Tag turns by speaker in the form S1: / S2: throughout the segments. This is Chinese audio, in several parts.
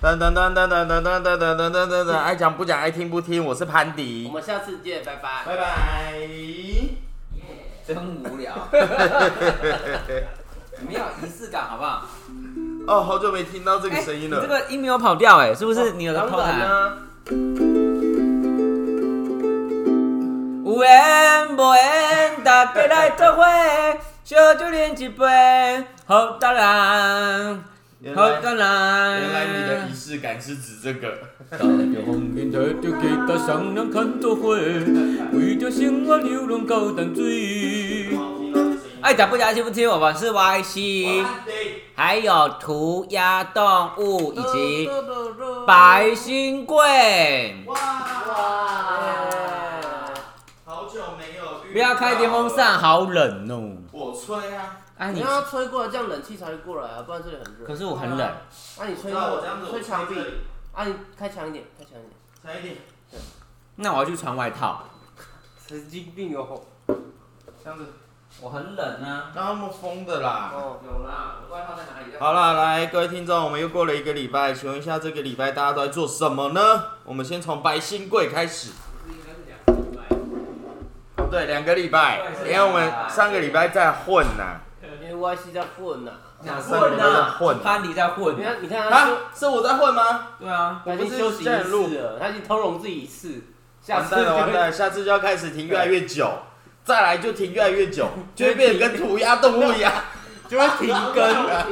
S1: 噔噔噔噔噔噔噔噔噔噔噔噔噔，爱讲不讲，爱听不听，我是潘迪
S2: 我，们下次见，拜拜。
S1: 拜拜。
S2: 真无聊，你们要有仪式感好不好？
S1: 哦，好久没听到这个声音
S2: 你这
S1: 了。
S2: 个音没有跑掉哎、是不是你有在偷
S1: 当然
S2: 懒？
S1: 啦
S2: 有缘无缘，大家来做伙，小酒饮一杯，好当然，
S1: 原
S2: 好
S1: 来
S2: 当然。
S1: 原来你的仪式感是指这个。
S3: 但着风景，摕着吉他，双人牵做伙，为着生活流浪到淡水。
S2: 爱讲不讲，爱听不听，我们是 YC，还有涂鸦动物以及白新贵。
S1: 好久没有遇
S2: 不要开电风扇，好冷哦。
S1: 我吹啊！
S2: 啊
S4: 你
S2: 你，
S4: 要吹过来，这样冷气才会过来啊，不然这里很热。
S2: 可是我很冷，
S4: 啊，你吹
S1: 那我这样子
S4: 过，
S1: 我
S4: 吹墙壁
S1: 吹这里
S4: 啊，你开强一点，开强一点。
S1: 强一点，
S2: 那我要去穿外套。
S4: 神经病哦！
S1: 这样子，
S2: 我很冷啊。
S1: 那么疯的啦。
S4: 哦，有啦，外套在哪里？
S1: 好啦，来各位听众，我们又过了一个礼拜，请问一下这个礼拜大家都在做什么呢？我们先从白新贵开始。哦，对，两个礼拜，因为我们上个礼拜在混呐、
S4: 因为 YC 在混呐。
S2: 哪
S1: 上个礼拜在混啊
S2: 潘迪在混
S4: 你。看，你看他休，
S1: 啊，是我在混吗？
S2: 对啊，
S4: 他已经
S1: 我不是
S4: 休息一
S1: 在录
S4: 次了，他已经通融自己一次，下
S1: 完
S4: 次
S1: 蛋了，
S4: 就
S1: 完蛋了，下次就要开始停越来越久，再来就停越来越 久，就会变得跟涂鸦动物一样。
S4: 就会停更，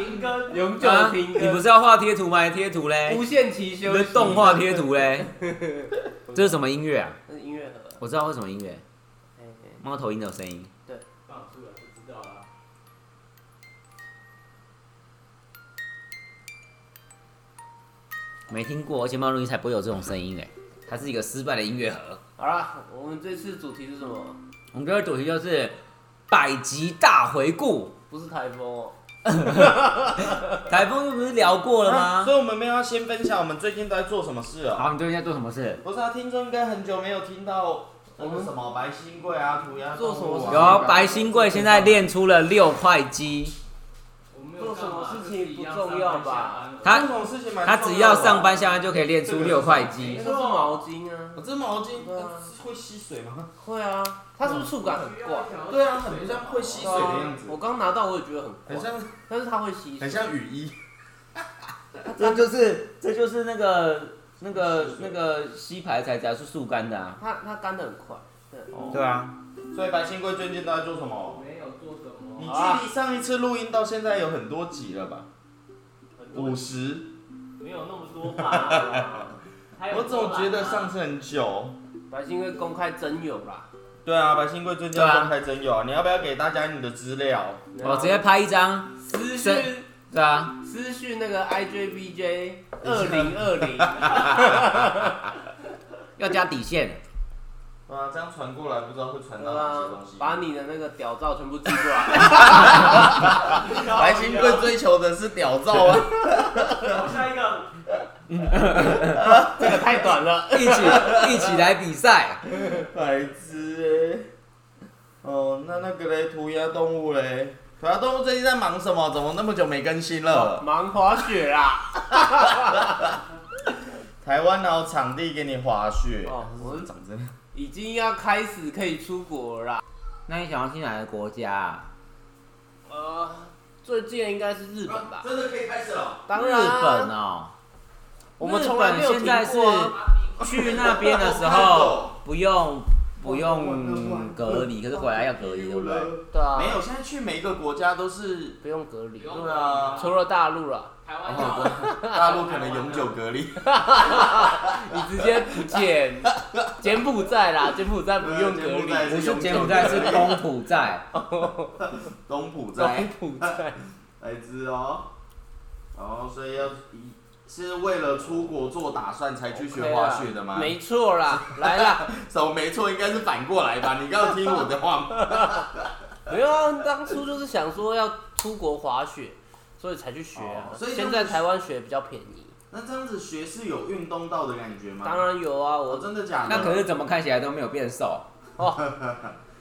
S4: 停更，永久
S2: 啊
S4: 停
S2: 你不
S4: 更，
S2: 是要画贴图吗？贴图嘞
S4: 无，限期
S2: 你
S4: 休
S2: 的
S4: 息。
S2: 动画贴图嘞。这是什么音乐啊？
S4: 那是音乐盒。
S2: 我知道会什么音乐，
S4: 哎哎
S2: 猫头鹰的声音。没听过，而且猫头鹰才不会有这种声音哎，它是一个失败的音乐盒。
S4: 好啦，我们这次主题是什么？
S2: 我们这个主题就是百集大回顾。
S4: 不是台风哦。
S2: 台风不是聊过了
S1: 啊
S2: 吗
S1: 所？以我们没有要先分享我们最近都在做什么事哦。
S2: 好，你最近在做什么事？
S1: 不是啊，听众应该很久没有听到我们什么白新贵啊、涂鸦
S4: 做什么事
S1: 动物
S2: 有
S1: 啊
S2: 啊白新贵现在练出了六块肌，
S4: 做什么事情不重要吧？
S1: 这
S2: 他
S1: 种事情蛮
S2: 他只要上班
S1: 重
S2: 下班就可以练出六块
S4: 那
S2: 肌
S4: 个。是毛巾啊
S1: 要的吧。。我这毛巾呃
S4: 对啊
S1: 会吸水吗？
S4: 会啊，它是不是触感很怪？啊
S1: 对啊，很不像会吸水的样子，
S4: 我刚拿到我也觉得
S1: 很
S4: 很怪，
S1: 像
S4: 但是它会吸水
S1: 很。像雨衣。
S4: 啊
S2: 这就是这就是那个那个那个吸牌才加是速干的啊。
S4: 它它干的很快，对。
S2: 对啊，
S1: 所以白新贵最近都在做什么？
S5: 没有做什么，
S1: 你距离上一次录音到现在有很多集了吧？五十，
S5: 没有那么多吧。还有
S1: 我总觉得上
S5: 次
S1: 次很久。
S4: 白金会公开真有啦，
S1: 对啊，白新贵最近
S2: 对啊
S1: 公开真友啊，你要不要给大家你的资料？
S2: 我哦
S5: 哦
S2: 直接拍一张。是
S4: 私讯
S2: 对啊，
S4: 私讯那个 IJBJ 二零二零，
S2: 要加底线。
S1: 啊，这样传过来不知道会传到
S4: 对
S1: 哪些
S4: 啊
S1: 东，西。
S4: 把你的那个屌照全部寄过来。
S1: 白新贵 追求的是屌照啊！
S5: 下一个
S4: 这个太短了，
S2: 一起一起来比赛。
S1: 白痴哎、哦，那那个嘞，涂鸦动物嘞，涂鸦动物最近在忙什么？怎么那么久没更新
S2: 哦
S1: 了？
S4: 忙滑雪啦。
S1: 台湾然后场地给你滑雪，
S4: 哦，我们
S1: 长这样。
S4: 已经要开始可以出国了啦。
S2: 那你想要去哪个国家啊？
S4: 呃，最近应该是日本吧？
S1: 真的可以开始了。
S4: 当
S2: 日
S4: 然啊
S2: 本，哦。
S4: 我们从来没有
S2: 日本现在
S4: 停过啊
S2: 是去那边的时候 不用不用隔离，可是回来要隔离，对不对？
S4: 对啊，
S1: 没有，现在去每一个国家都是，
S4: 不用隔离，
S1: 对啊，
S4: 除了大陆啦，
S5: 台湾有
S1: 哦对大陆可能永久隔离，
S4: 你直接不见柬埔寨啦，柬埔寨不用隔
S1: 柬埔寨
S4: 离，
S2: 不是柬埔寨，是东埔寨。
S1: 东埔
S2: 哦
S1: 寨
S4: 柬。埔寨
S1: 来自哦，然后所以要以是为了出国做打算才去学滑雪的吗？
S2: 啊
S4: 没错啦，来啦，
S1: 什么没错，应该是反过来 吧？你刚刚听我的话吗？
S4: 没有啊，当初就是想说要出国滑雪，所以才去学啊
S1: 哦，所以
S4: 现在台湾学比较便宜，
S1: 那这样子学是有运动到的感觉吗？
S4: 当然有啊，
S1: 哦，
S4: 我
S1: 真的假的？
S2: 那可是怎么看起来都没有变瘦，
S4: 哦，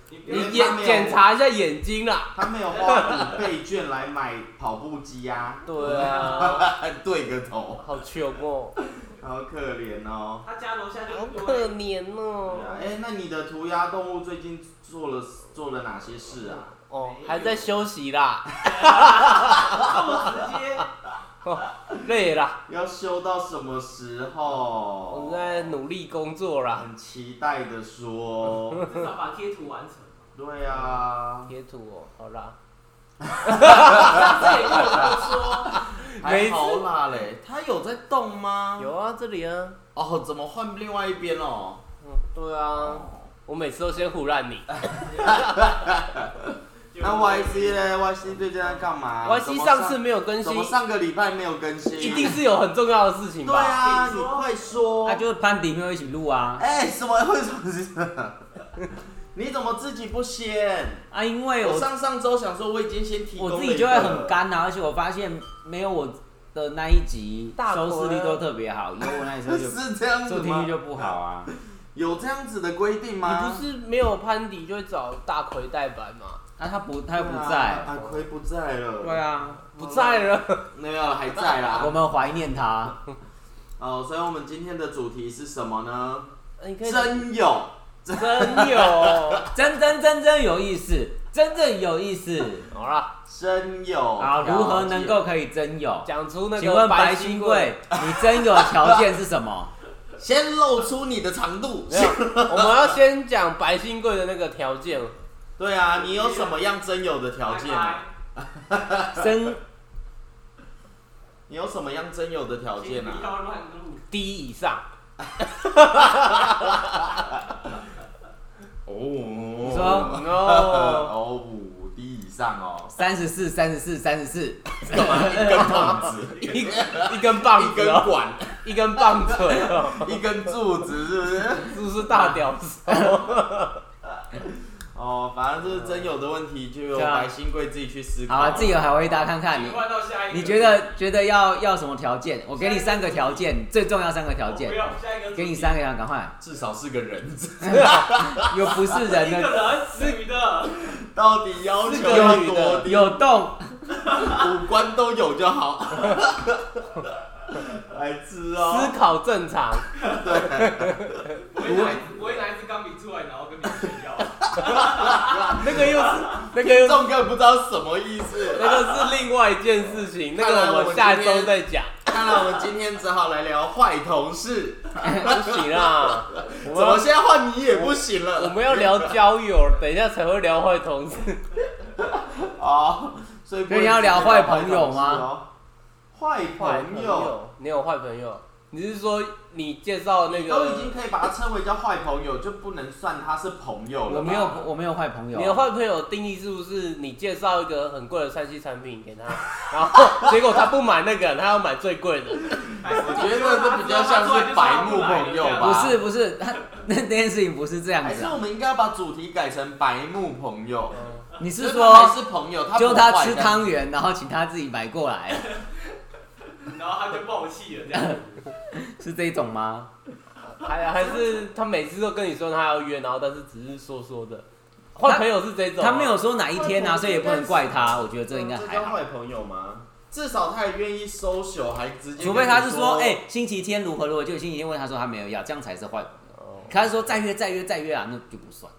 S5: 你不要
S4: 你检检查一下眼睛啦。
S1: 他没有花五倍券来买跑步机呀、
S4: 对啊，
S1: 对个头，
S4: 好穷哦，
S1: 好可怜哦。
S5: 他家楼下就
S4: 好
S5: 是
S4: 可怜哦。
S1: 哎、那你的涂鸦动物最近做了做了哪些事啊？
S4: 哦，还在休息啦，
S5: 这么直接，
S4: 累啦，
S1: 要修到什么时候？
S4: 我在努力工作啦。
S1: 很期待的说，
S5: 至少把贴图完成。
S1: 对 啊，
S4: 贴图哦，好啦，
S5: 上次也跟我
S1: 还好啦嘞，它有在动吗？
S4: 有啊，这里啊，
S1: 哦，怎么换另外一边哦？
S4: 嗯，对啊，我每次都先唬烂你。
S5: 就
S1: 那
S5: 说，
S1: YC 呢？YC 最近在干嘛
S4: Y
S1: 怎
S4: C
S1: 么
S4: 上次没有更
S1: 怎
S4: 新，
S1: 么上个礼拜没有更新？
S4: 一定是有很重要的事情
S1: 对
S4: 吧？
S1: 啊，
S5: 请
S1: 你
S5: 说
S1: 快说。
S2: 他就是潘迪没有一起录啊
S1: 哎、什么？为什么是？ 你怎么自己不先？
S2: 啊，因为
S1: 我
S2: 我
S1: 上上周想说我已经先提供
S2: 我
S1: 了
S2: 自
S1: 一
S2: 己
S1: 个
S2: 就会很干啊，而且我发现没有我的那一集
S4: 大
S2: 收视率
S4: 腿
S2: 都特别好，有我那一集
S1: 不
S2: 就是
S1: 这样子
S2: 收听
S1: 吗
S2: 率？就不好啊。
S1: 有这样子的规定吗？啊
S4: 你不是没有潘迪就会找大奎代班吗？
S2: 那他不，他又
S1: 对啊，
S2: 不在。
S1: 阿奎不在了。
S2: 对啊，
S4: 不在了，
S1: 没有，还在
S2: 我
S1: 啦。
S2: 们怀念他。
S1: 哦，所以我们今天的主题是什么呢？
S4: 你可以
S1: 真有，
S4: 真有，
S2: 真真真真有意思，真正有意思。
S4: 好啦，
S1: 真有。
S2: 好，如何能够
S1: 哦了
S2: 可以真有？
S4: 讲出那
S2: 请
S4: 个
S2: 问白
S4: 新
S2: 新贵，你真有条件是什么？
S1: 解先露出你的长度？
S4: 没有，我们要先讲白新贵的那个条件，
S1: 对啊，你有什么样真有的条件啊？
S2: 真
S1: 你有什么样真有的条
S5: 条
S1: 件啊？
S5: 要乱入，
S4: 低以上，
S1: 哦，
S2: 你
S1: 你
S2: 说
S4: 哦
S1: 哦，五滴以上哦，
S2: 三十四，三十四，三十四。
S1: 干嘛一根棒子，
S4: 一一根棒
S1: 一
S4: 子
S1: 根
S4: 哦，
S1: 管，
S4: 一根棒槌哦，
S1: 一根柱子，是不是？
S4: 是不是大屌丝？
S1: 哦，反正就是真有的问题，就由
S2: 对啊
S1: 白新贵自己去思考。
S2: 好啊，自己还回答看看你
S5: 你。换到下一个。
S2: 你觉得觉得要要什么条件？我给你三个条件，最重要三个条件
S5: 我不，要下一个主题，
S2: 给你三个条件，赶快。
S1: 至少是个人，
S2: 有不是人
S5: 一个
S2: 的，
S5: 人死女的，
S1: 到底要求
S4: 是个
S1: 要
S4: 女
S1: 多
S4: 的
S1: 低？
S2: 有动，
S1: 五官都有就好。白痴哦、
S4: 思考正常，
S5: 我会拿一支我会拿一支钢笔出来，然后跟你炫耀。
S4: 那个又是那个
S1: 听
S4: 又是
S1: 众根本不知道什么意思。
S4: 那个是另外一件事情，那
S1: 看来
S4: 个
S1: 我
S4: 我
S1: 们
S4: 们下
S1: 今
S4: 周
S1: 天
S4: 再讲。
S1: 看来我们今天只好来聊坏同事，
S4: 不行啊啦，我
S1: 怎
S4: 们要
S1: 么现在换你也不行
S4: 我
S1: 了？
S4: 们要聊交友，等一下才会聊坏同事。
S1: 哦，所以不
S2: 所以你要聊坏朋友
S1: 吗？坏朋友，
S4: 你有坏朋友？你是说你介绍那
S1: 你都已
S4: 个
S1: 经？可以把它称为叫坏朋友，就不能算他是朋友了吧。
S2: 我没有我没有坏朋友
S4: 你的
S2: 啊，
S4: 坏朋友定义是不是你介绍一个很贵的三 C 产品给他， 然后结果他不买那个，他要买最贵的？
S1: 我觉得这比较像是白目朋友吧
S2: 不是不是，他那那件事情不是这样
S1: 还
S2: 子
S1: 是
S2: 啊。
S1: 我们应该要把主题改成白目朋友，
S2: 你
S1: 就是他还
S2: 说
S1: 是朋友，他
S2: 就
S1: 他
S2: 他吃汤圆，然后请他自己买过来，
S5: 然后他就爆气了，这样。
S2: 是这种吗？
S4: 还还是他每次都跟你说他要约，然后但是只是说说的。坏朋友是这种啊、
S2: 他没有说哪一天啊，所以也不能怪他。我觉得这应该还
S1: 叫
S2: 好，
S1: 坏朋友吗？至少他也愿意收手，还直接跟你。
S2: 除非他是说，哎，星期天如何如何，就星期天问他说他没有要，这样才是坏朋友。
S4: 哦。
S2: 可他说再约再约再约啊，那就不算，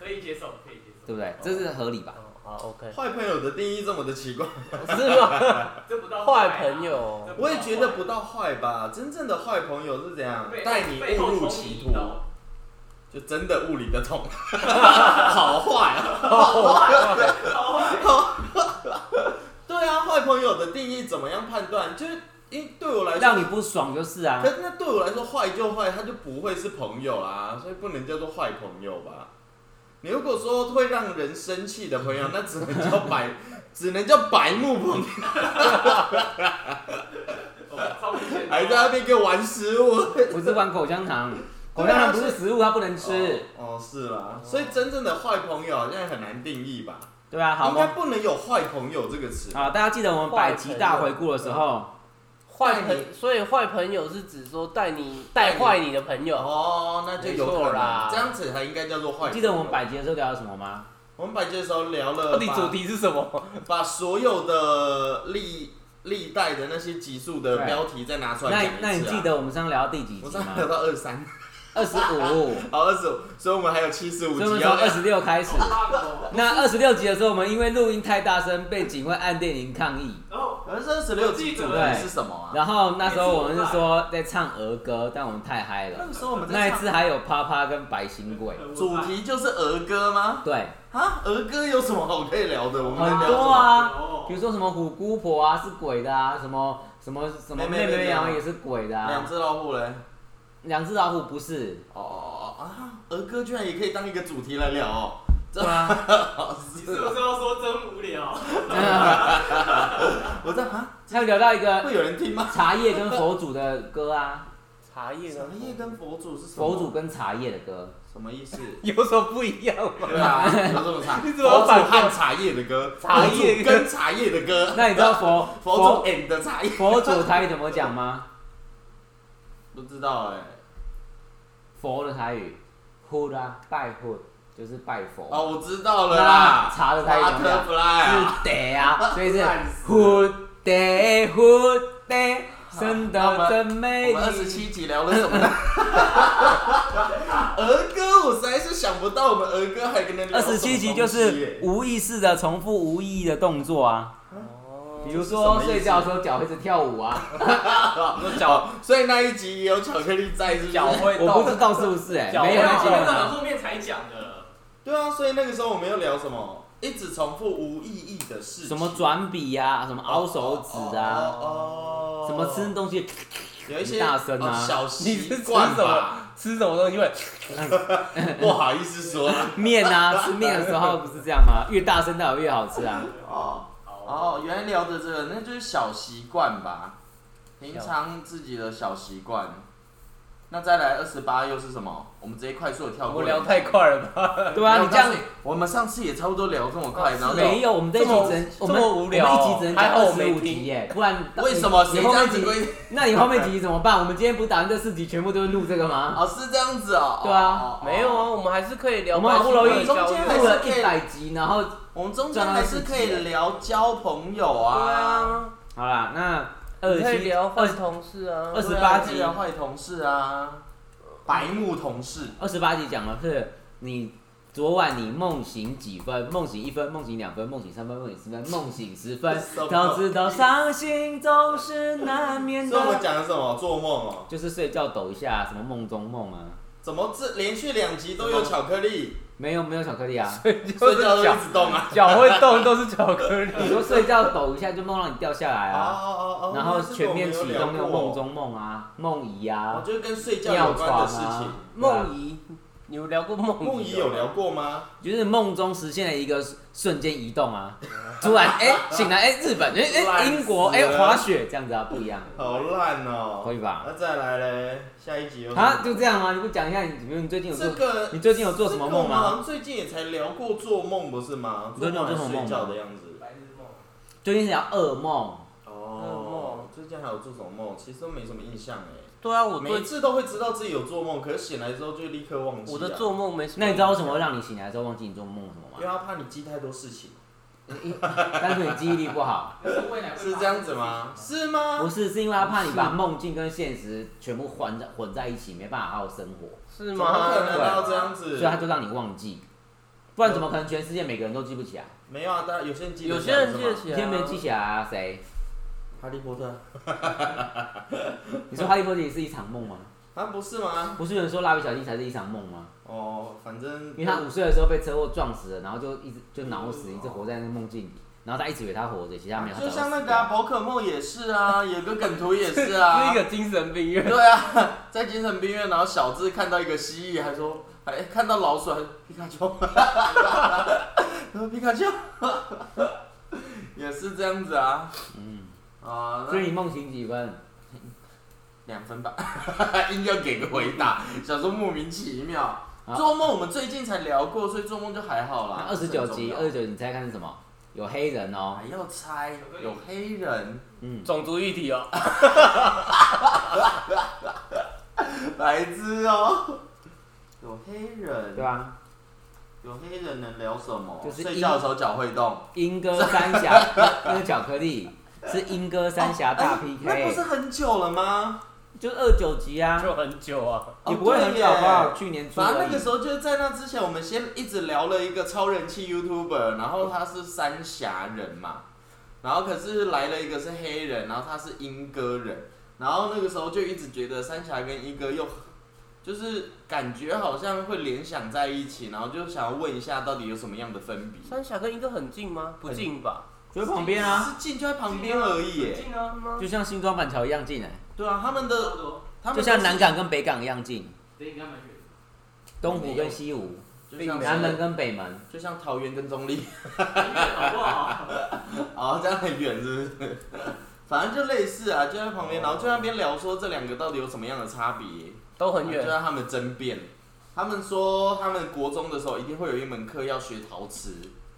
S5: 可以接受，可以接受。
S2: 对不对？这是合理吧？
S4: 哦好，OK，
S1: 坏朋友的定义这么的奇怪，
S4: 是吗？
S5: 这不到
S4: 坏
S5: 啊
S4: 朋友
S5: 这不到
S1: 我
S5: 坏
S1: 也觉得不到坏吧。真正的坏朋友是怎样
S5: 背后
S1: 带你
S5: 背
S1: 误
S5: 后
S1: 入
S5: 捅
S1: 歧
S5: 你
S1: 途
S5: 一，刀
S1: 就真的物理的痛，好坏啊！
S5: 好坏
S1: 对啊，坏朋友的定义怎么样判断？就是因对我来说，
S2: 让你不爽就是啊
S1: 可。是那对我来说，坏就坏，他就不会是朋友啦，所以不能叫做坏朋友吧。你如果说会让人生气的朋友，那只能叫白，只能叫白目朋友，
S5: 哦超明显的
S1: 还在那边给我玩食物。
S2: 不是玩口香糖，口香糖不是食物，它不能吃。
S1: 哦，是啦，所以真正的坏朋友好像很难定义吧？
S2: 对啊，好
S1: 应该
S2: 吗？
S1: 不能有坏朋友这个词。
S2: 啊，大家记得我们百集大回顾的时候，
S4: 坏
S1: 带你
S4: 朋，所以坏朋友是指说带你带坏你的朋友。
S1: 哦，那就有
S4: 没
S1: 可
S4: 错
S1: 能
S4: 啦，
S1: 这样子才应该叫做坏朋友。
S2: 记得我们百集的时候聊了什么吗？
S1: 我们百节的时候聊了
S4: 到底
S1: 把
S4: 主题是什么？
S1: 把所有的历历代的那些集数的标题再拿出来
S2: 那
S1: 讲一次、
S2: 你
S1: 啊、
S2: 那你记得我们上聊到第几
S1: 我
S2: 集
S1: 上次聊
S2: 吗？
S1: 到二三，
S2: 二十五，
S1: 好二十五，啊所以我们还有七十五
S2: 所以我
S1: 集
S2: 们从
S1: 要
S2: 二十六开始。
S5: 怕狗。
S2: 那二十六集的时候，我们因为录音太大声，被警卫按电铃抗议。
S5: 然后
S1: 而是二十六集主题是什么啊？
S2: 然后那时候我们是说在唱儿歌，但我们太嗨
S1: 那
S2: 了
S1: 个。时候我们
S2: 那
S1: 在
S2: 一
S1: 唱
S2: 次还有啪啪跟白新贵，
S1: 主题就是儿歌吗？
S2: 对，
S1: 啊，儿歌有什么好可以聊的？我们在
S2: 很
S1: 聊
S2: 多
S1: 什么？
S2: 啊
S5: 有，
S2: 比如说什么虎姑婆啊是鬼的啊，什么什么什么
S1: 妹妹
S2: 妹妹
S1: 妹啊
S2: 羊也是鬼的
S1: 两
S2: 啊，
S1: 只老虎嘞？
S2: 两只老虎 不是，
S1: 哦啊，儿歌居然也可以当一个主题来聊哦。
S2: 对啊，
S5: 你是不是要说真无聊？
S1: 我在啊，
S2: 还有聊到一个
S1: 会有人听吗？
S2: 茶叶跟佛祖的歌啊，
S4: 茶叶
S1: 茶
S4: 呢？
S1: 叶跟佛祖是什么
S2: 佛祖跟茶叶的歌，
S1: 什么意 思？
S4: 有什么不一样吗？
S1: 对啊，有这么差？
S4: 你怎么
S1: 佛祖
S4: 反过
S1: 和茶叶的歌，
S4: 茶叶
S1: 佛祖跟茶叶的歌，
S2: 那你知道佛
S1: 佛
S2: 佛
S1: 祖哎 and 茶叶，
S2: 佛祖台语怎么讲吗？
S1: 不知道哎。
S2: 佛的台语，呼啦拜佛就是拜佛，
S1: 哦，啊我知道了
S2: 那
S1: 啦，
S2: 茶的台语怎么讲？
S1: Butterfly 啊
S2: 是 得啊，所以是
S1: 烂死
S2: 蝴蝶，蝴蝶生得真
S1: 我
S2: 美
S1: 们二十
S2: 丽。
S1: 七集聊了什么呢？
S2: 哎
S1: 儿歌，我实在是想不到我们儿歌还跟人聊
S2: 二
S1: 什么
S2: 十七集就
S1: 东西耶
S2: 是无意识的重复无意义的动作啊，比如
S1: 哦这
S2: 说
S1: 是什么意思
S2: 睡觉的时候脚会一直跳舞 啊，
S1: 脚，所以那一集也有巧克力在，是不是
S4: 脚会
S2: 我不
S4: 动
S2: 知，道是不是 哎、
S4: 脚
S2: 没有那些
S5: 那个
S2: 人
S5: 很后面才讲的。
S1: 对啊，所以那个时候我们又聊什么？一直重复无意义的事情，
S2: 什么转笔啊，什么凹手指啊，
S1: 哦，
S2: 什么吃东西，
S1: 有一些
S2: 大声啊
S1: 哦小
S4: 你是
S1: 习
S4: 吃什
S1: 惯吧，
S4: 么？吃什么东西会？
S1: 不好意思 说啦。
S2: 面啊，吃面的时候不是这样吗？越大声代表越好吃啊。
S1: 哦哦，原来聊的这个，那就是小习惯吧，平常自己的小习惯。那再来二十八又是什么？我们直接快速的跳过。
S4: 我聊太快了吧？
S2: 对啊，
S1: 没有
S2: 你这样哦
S1: 我告诉我们上次也差不多聊这么快，然后就
S2: 没有，我们这一集只能
S4: 这
S2: 我
S4: 么
S2: 们
S4: 这么无聊
S2: 我们一集只能
S4: 还
S2: 讲
S4: 好
S2: 二
S4: 我
S2: 十
S4: 没
S2: 五集
S4: 听
S2: 耶，不然
S1: 为什么
S2: 你
S1: 谁
S2: 后
S1: 这
S2: 面
S1: 样
S2: 几
S1: 子规？
S2: 那你后面几集怎么办？我们今天不是打算这四集全部都是录这个吗？
S1: 哦，是这样子哦。
S2: 对啊
S1: 哦
S4: 没有，啊，我们还是可以聊。
S2: 我们好不容易
S1: 中间还
S2: 录
S1: 是
S2: 了
S1: 可以
S2: 一百集，然后
S1: 我们中间还是可以聊交朋友
S4: 对
S1: 啊，
S4: 啊，
S2: 好啦，那二
S4: 你可以
S2: 七
S4: 聊
S2: 二
S4: 换同事啊
S2: 二。
S1: 对啊
S2: 28
S1: 可以聊坏同事啊，白目同事。
S2: 二十八集讲的是你昨晚你梦醒几分？梦醒一分，梦醒两分，梦醒三分，梦醒四分，梦醒十分
S1: 什么，
S2: 早知道伤心总是难免
S1: 所以我们
S2: 的。
S1: 讲的是什么？做梦哦。
S2: 就是睡觉抖一下，什么梦中梦啊？
S1: 怎么这连续两集都有巧克力？
S2: 没有没有巧克 力啊。
S1: 所
S4: 就
S1: 以
S4: 是
S1: 叫做
S4: 脚
S1: 一直动啊！
S4: 脚会动都是巧克力。
S2: 你说睡觉抖一下就梦让你掉下来啊，
S1: 哦
S2: 然后全面启动那个梦，中梦啊、梦遗
S1: 我
S2: 啊、
S1: 就是跟睡觉有
S2: 尿
S1: 关的
S2: 床
S1: 事
S2: 啊
S1: 情。。
S4: 梦怡，你有聊过梦
S1: 梦
S4: 怡哦
S1: 怡
S4: 吗
S1: 有聊过吗？
S2: 就是梦中实现了一个瞬间移动啊，突然哎、醒来哎、日本哎哎、
S1: 烂死
S2: 英国哎、
S1: 了
S2: 滑雪这样子啊不一样，
S1: 好烂哦！
S2: 可以吧？
S1: 那再来嘞，下一集有什么
S2: 啊就这样吗？你不讲一下你比如你最近有
S1: 这
S2: 做
S1: 个
S2: 你最近有做什么梦
S1: 这
S2: 吗
S1: 个我们好像最近也才聊过做梦，不是吗？
S2: 你最近有做什么梦
S1: 睡
S2: 吗
S1: 觉的样子。
S5: 白日梦。
S2: 最近是聊噩梦，
S1: 哦，最近还有做什么梦？其实都没什么印象哎。
S4: 对啊，我
S1: 每
S4: 对
S1: 次都会知道自己有做梦，可是醒来之后就立刻忘记啊。
S4: 我的做梦没什么。
S2: 那你知道为什么会让你醒来之后忘记你做梦什么
S1: 因
S2: 吗
S1: 为？他 怕你记太多事情。
S2: 单纯你记忆力不好，
S5: 但是未来会发生
S1: 是这样子吗？？是吗？
S2: 不是是因为他怕你把梦境跟现实全部混在混在一起，没办法好好生活。
S4: 是
S1: 怎么
S4: 吗？
S1: 可能要这样子？
S2: 啊所以他就让你忘记，不然怎么可能全世界每个人都记不起啊？
S1: 没有啊，大家有些人记得
S4: 有
S1: 起
S4: 些
S1: 来，
S4: 人记
S1: 是
S4: 得
S1: 吗
S4: 起
S2: 你
S4: 来、啊，
S2: 天没记起来啊？谁？
S1: 哈利波特，
S2: 你说哈利波特也是一场梦吗？
S1: 他不是吗？
S2: 不是有人说蜡笔小新才是一场梦吗？
S1: 哦，反正
S2: 因为他五岁的时候被车祸撞死了，然后就一直就脑死，一直活在那个梦境里，然后他一直以为他活着，其实他没有。
S1: 就像
S2: 他
S1: 那
S2: 早死
S1: 个啊，
S2: 掉
S1: 宝可梦也是啊，有个梗图也是
S4: 是
S1: 啊
S4: 一。个精神病 院。
S1: 对啊，在精神病院，然后小智看到一个蜥蜴，还说，还看到老鼠，还说皮卡丘，他说皮卡丘， 也是这样子啊。
S2: 嗯，
S1: 啊，
S2: 所以你梦醒几分？
S1: 两分吧，硬要给个回答，想说莫名其妙。
S2: 好
S1: 做梦我们最近才聊过，所以做梦就还好
S2: 那
S1: 啦。
S2: 二十九集，
S1: 不
S2: 二
S1: 是啊很
S2: 十
S1: 重
S2: 九你猜看是什么？
S1: 要
S2: 有黑人哦，
S1: 还要猜有黑人，
S2: 嗯，
S4: 种族议题哦，
S1: 白痴哦，有黑人，
S2: 对啊，
S1: 有黑人能聊什么？
S2: 就是
S1: 睡
S2: 英
S1: 觉的时候脚会动，
S2: 英歌三峡 那个巧克力是英歌三峡大
S1: 哦哎那不是
S2: PK，
S1: 很久了吗？
S2: 就二九集啊，
S4: 就很久啊，
S2: 也不会很久
S1: 哦
S2: 好
S1: 对耶
S2: 不好？去年出
S1: 反正
S2: 而
S1: 那个时
S2: 已。
S1: 候就是在那之前，我们先一直聊了一个超人气 YouTuber，然后他是三峡人嘛，然后可是来了一个是黑人，然后他是英歌人，然后那个时候就一直觉得三峡跟英歌又就是感觉好像会联想在一起，然后就想要问一下到底有什么样的分别？
S4: 三峡跟英哥很近吗？不近吧？
S2: 就在旁边啊，
S1: 是近就在旁边而已耶，
S5: 近啊吗？
S2: 就像新庄板桥一样近哎、
S1: 对啊，他们
S5: 差不
S1: 的
S5: 多，
S1: 他们
S2: 就
S1: 都
S2: 像
S1: 是
S2: 南，港跟北港一样近，
S5: 离你那
S1: 啊
S5: 么远。
S2: 东湖跟西湖，
S1: 就像
S2: 南门
S1: 是
S2: 跟北门，
S1: 就像桃园跟中立。
S5: 很远好不好？
S1: 哦，这样很远是不是？ 反正就类似啊，就在旁
S4: 哦
S1: 边，然后就在那边聊说这两个到底有什么样的差别，
S4: 都很
S1: 就
S4: 远，
S1: 让他们争辩。他们说他们国中的时候一定会有一门课要学陶瓷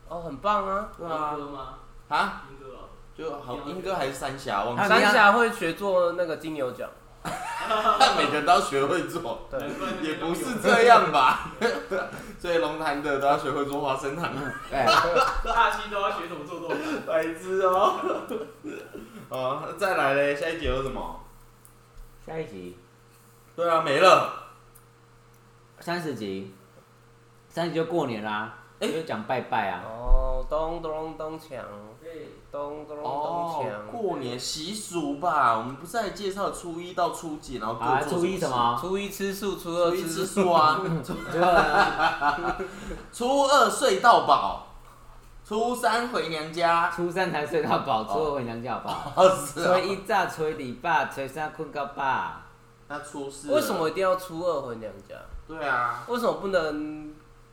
S4: 哦，很棒啊。
S1: 对啊
S5: 英哥吗？
S1: 啊，
S5: 英哥哦，
S1: 就好英哥还是三峡忘
S2: 他
S1: 记
S2: 们
S4: 三峡会学做那个金牛角，
S1: 了，每个人都要学会做，
S4: 对
S5: 难怪那边
S1: 也不
S5: 都
S1: 是
S5: 有
S1: 这样吧？ 所以龙潭的都要学会做花生糖，啊
S2: 哎，
S5: 大西都要学怎么做豆腐。
S1: 白痴哦。 哦，再来嘞，下一节有什么？
S2: 下一集
S1: 对啊，没了。
S2: 三十集，三十集就过年啦，
S1: 哎
S2: 就讲拜拜啊，
S4: 哦，咚咚咚锵，
S5: 对，
S4: 咚咚咚
S1: 哦，
S4: 锵。
S1: 过年习俗吧，我们不是还介绍初一到哦初几，然后各
S2: 啊，
S1: 做
S2: 初一
S1: 什
S2: 什？么？
S4: 初一吃素，初
S1: 初
S4: 二
S1: 一
S4: 吃
S1: 吃素啊，
S2: 初二
S1: 初二睡到饱，初三回娘家。
S2: 初三才睡到饱，初二回娘家好不好？
S1: 哦，是啊
S2: 初。一早，初二爸，初三困到爸。
S1: 那初四
S4: 为什么？一定要初二回娘家？
S1: 对啊，
S4: 为什么不能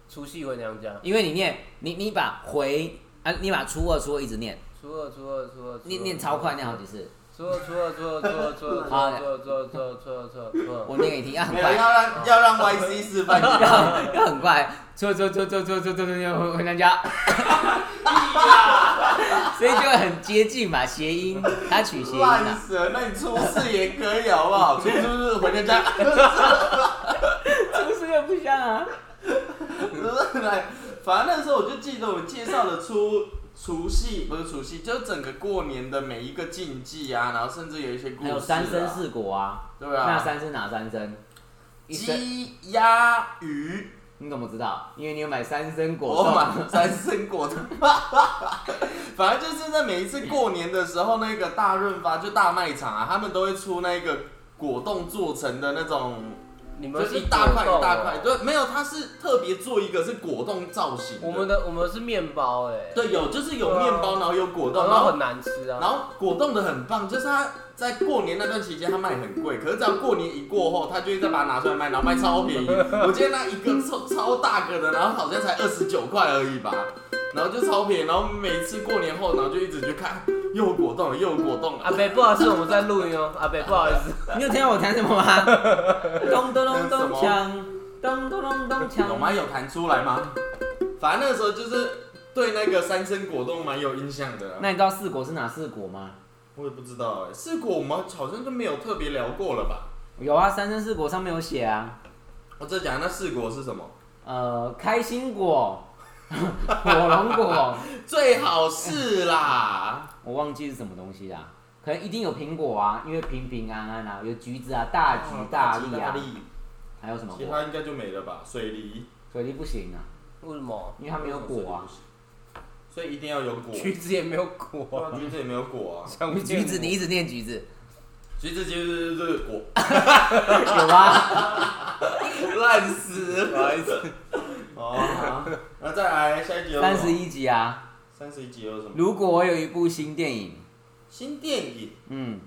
S4: 除夕回娘家？
S2: 因为你念，你你把回啊，你把初二、初二一直念，
S4: 初二，初二，初二，初二
S2: 念念超快，念好几次。
S4: 初二，初二，初二，初二，初二，初二，初二，初二，初二，初二，初二，初二。
S2: 我念给你听，要很
S1: 没有
S2: 快，
S1: 要让要让 YC 示范 一下。
S2: 要要很快。 初二、初二、初二、初二、初二、初二初二回回娘家，所以就很接近嘛，谐音，他取谐音
S1: 烂
S2: 啊。
S1: 死了，那你初四也可以好不好？初四回娘家，
S2: 初四又不像啊。
S1: 来， 反正那时候我就记得我介绍了初除夕不是除夕，就是整个过年的每一个禁忌啊，然后甚至有一些故
S2: 还
S1: 事、啊，
S2: 有三生四果啊，
S1: 对
S2: 那
S1: 啊，
S2: 三生哪三生？一生，
S1: 鸡、鸭、鱼，
S2: 你怎么知道？因为你有买三生果
S1: 我
S2: 冻。
S1: 买三生果 冻。反正就是在每一次过年的时候，那个大润发就大卖场啊，他们都会出那个果冻做成的那种，
S4: 你
S1: 就
S4: 们
S1: 是
S4: 是
S1: 一大块
S4: 果冻
S1: 一
S4: 哦
S1: 大块，。对，没有，它是特别做一个是果冻造型的。
S4: 我们的我们是面包哎，
S1: 对有就是有
S4: 对啊
S1: 面包，然后有果冻，
S4: 然
S1: 然
S4: 后
S1: 后
S4: 很难吃
S1: 然
S4: 啊。
S1: 后果冻的很棒，就是它在过年那段期间它卖很贵，可是只要过年一过后，它就会再把它拿出来卖，然后卖超便宜。我记得那一个超超大个的，然后好像才二十九块而已吧，然后就超便宜。然后每次过年后，然后就一直去看，又有果冻了，又有果冻啊
S4: 阿
S1: 了。
S4: 北，不好意思，我们在录音哦。阿北，不好意思，
S2: 你有听到我弹什么吗？ 咚咚咚
S1: 什
S2: 咚
S1: 么
S2: 锵，咚咚咚咚
S1: 有
S2: 锵。
S1: 吗？有弹出来吗？反正那个时候就是对那个三生果冻蛮有印象的啊。
S2: 那你知道四果是哪四果吗？
S1: 我也不知道哎、四果我们好像就没有特别聊过了吧？
S2: 有啊，三生四果上面有写啊。
S1: 我再讲那四果是什么？
S2: 呃，开心果、 火龙果，
S1: 最好是啦。
S2: 我忘记是什么东西啦。可能一定有苹果啊，因为平平安安啊，有橘子啊，大吉
S1: 哦
S2: 大利啊，还有什么
S1: 其
S2: 果？
S1: 他应该就没了吧？水梨，
S2: 水梨不行啊，
S4: 为什么？
S2: 因为它没有果啊。
S1: 所以一定要有果。
S4: 橘子也没有
S1: 对
S4: 果，
S1: 啊橘子也没有 果啊，
S4: 想不见
S2: 橘子，
S4: 我
S2: 你一直念 橘子，
S1: 橘子就是这个果，
S2: 有吧？
S1: 烂死。
S4: 不好意思。
S1: 哦，好，那再来下一集有
S2: 三十，一集啊。
S1: 三十一集有什么？
S2: 如果我有一部新电影，
S1: 新电影
S2: 嗯，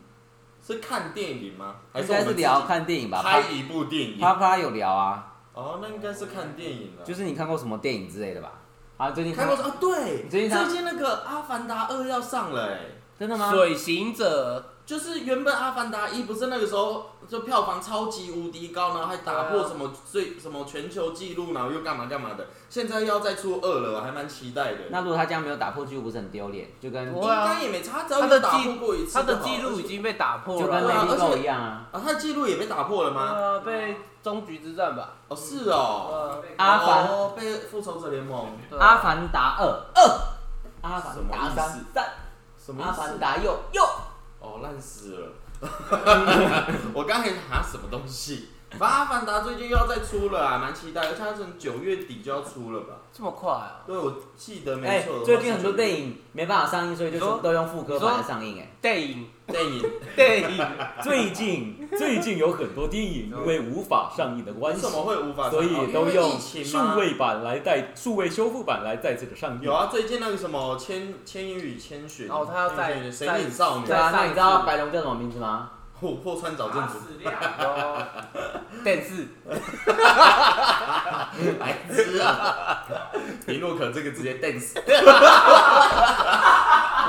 S1: 是看电影吗？还
S2: 应
S1: 我
S2: 该
S1: 们
S2: 是
S1: 自己
S2: 聊看电影吧。
S1: 拍一部电
S2: 啪
S1: 影？
S2: 啪有聊啊，
S1: 哦，那应该是看电影了。
S2: 就是你看过什么电影之类的吧？啊，最近
S1: 你看过说啊？对，
S2: 最近他
S1: 那个《阿凡达二》要上了哎。
S2: 真的吗？
S4: 水行者，
S1: 就是原本《阿凡达一》不是那个时候就票房超级无敌高，然后还打破什么最什么全球纪录，然后又干嘛干嘛的，现在要再出二了，我还蛮期待的。
S2: 那如果他这样没有打破纪录，不是很丢脸？就跟
S4: 不
S2: 就
S4: 会啊
S1: 应该也没差，只要
S4: 他
S1: 有
S4: 的
S1: 打
S4: 记
S1: 破过一次
S4: 他的
S1: 就好
S4: 记录已经被打破
S2: 跟
S1: 对
S4: 了
S1: 啊
S2: Lady
S1: 而
S2: Go
S1: 且
S2: 一样啊。
S1: 啊，他的记录也被打破了吗？
S4: 啊，被终局之战吧，
S1: 哦，是哦，
S4: 呃，
S2: 阿凡
S1: 哦被复仇者联盟
S4: 对啊
S2: 阿凡达二二，阿凡达
S1: 什么意
S2: 三
S1: 思
S2: 三，
S1: 什么意思
S2: 阿凡达又又
S1: 哦，烂死了！ 我刚才拿什么东西？反正《阿凡达》最近又要再出了啊，蛮期待，而且它从九月底就要出了吧？
S4: 这么快啊？
S1: 对，我记得没
S2: 哎
S1: 错的话、，
S2: 最近很多
S1: 影
S2: 电影没办法上映，所以就
S4: 你说
S2: 是都用副歌版来上映。哎，
S4: 电影，
S1: 电影，
S4: 电影，
S3: 最近最近有很多电影因为无法上映的关
S1: 为
S3: 系
S1: 什，么会无法上？哦
S3: 所以都
S1: 因为
S3: 用
S1: 疫情吗
S3: 数位版来再数位修复版来再次的上映
S1: 有。啊，最近那个什么《千千与千寻》，
S4: 哦他要再
S1: 《谁领少女
S2: 对》，啊，
S4: 再上
S2: 那
S4: 一
S2: 你知道
S4: 次
S2: 白龙叫什么名字吗？
S1: 破破川早正
S5: 打
S1: 子，
S5: 死量，
S4: 哦电视，
S2: 哎
S1: 白痴啊！林洛可这个直接 dance，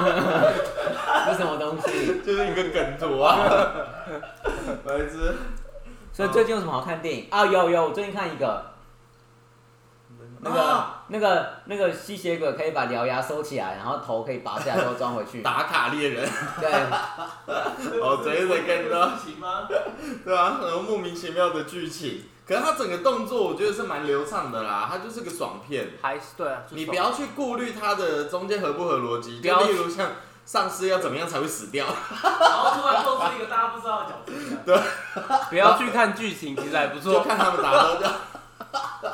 S2: 是什么东西？
S1: 就是一个梗图啊，白痴。
S2: 所以最近有什么好看的电影啊？有有，我最近看一个，那个
S4: 哦
S1: 啊
S2: 那个那个吸血鬼可以把獠牙收起来，然后头可以拔下来之后装回 去。
S1: 打卡猎人，
S2: 对，
S1: 哦贼的跟着
S5: 行吗？
S1: 对啊，然后莫名其妙的剧情，可是他整个动作我觉得是蛮流畅的啦，它就是个爽片，
S4: 还是对啊，
S1: 你不要去顾虑它的中间合不合逻辑，
S4: 不
S1: 就
S4: 要
S1: 例如像丧尸要怎么样才会死掉，
S5: 然后突然露出一个大家不知道的角色，
S4: 不要去看剧情，其实还不
S1: 就
S4: 错。哦
S1: 看他们打斗就，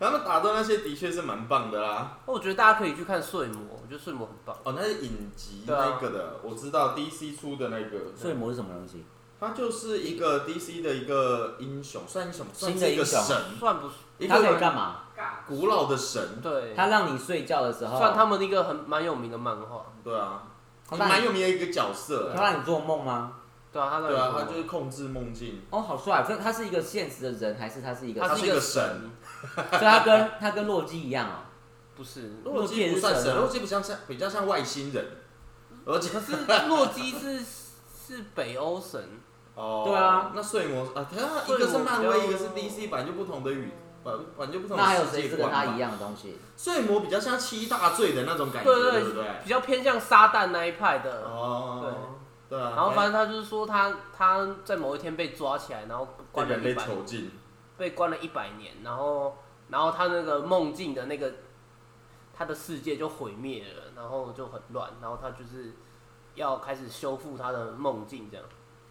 S1: 他们打斗那些的确是蛮棒的啦。
S4: 我觉得大家可以去看睡魔，我觉得睡魔很棒。
S1: 哦，那是影集
S4: 对啊
S1: 那个的，我知道 DC 出的那个，
S2: 睡魔是什么东西？
S1: 他就是一个 DC 的一个英雄，算英雄，算
S2: 新
S1: 是
S2: 的
S1: 一个
S2: 英雄
S1: 神，
S4: 算不
S1: 一
S2: 它可以
S1: 个
S2: 干嘛？
S5: 尬
S1: 古老的神，
S4: 对，
S2: 它让你睡觉的时
S1: 哦
S2: 候，
S4: 算他们的一个很蛮有名的漫画。
S1: 对啊，
S2: 它让
S1: 蛮
S2: 你
S1: 有名的一个角色
S2: 它
S1: 啊。
S2: 让你做梦吗？
S4: 对啊，他那
S1: 对啊，他
S4: 个
S1: 就是控制梦境，
S2: 哦，好帅！这他是一个现实的人，还是他是一个？
S4: 他
S1: 他
S4: 是
S1: 是
S4: 一
S1: 一
S4: 个
S1: 个神，
S2: 所以他跟他跟洛基一样哦。
S4: 不是
S1: 洛
S2: 洛基也
S1: 基
S2: 是
S1: 不算
S2: 神
S1: 神，
S2: 啊
S1: 洛基比较像比较像外星人，而且
S4: 可是洛基是是北欧神，
S1: 哦，
S2: 对啊，
S1: 那睡魔啊，他
S4: 睡魔
S1: 一个是漫
S4: 比较
S1: 威，一个是 DC，版就不同的宇，版版就不同
S2: 那还有
S1: 的世
S2: 谁
S1: 界
S2: 是跟
S1: 观
S2: 他
S1: 嘛
S2: 一样的东西？
S1: 睡魔比较像七大罪的那种感觉，
S4: 对对
S1: 对不对？
S4: 比较偏向撒旦那一派的。
S1: 哦，对啊，
S4: 然后反正他就是说他他在某一天被抓起来，然后
S1: 被
S4: 关了
S1: 人类
S4: 一百
S1: 囚禁，
S4: 被关了一百年，然后然后他那个梦境的那个他的世界就毁灭了，然后就很乱，然后他就是要开始修复他的梦境这样。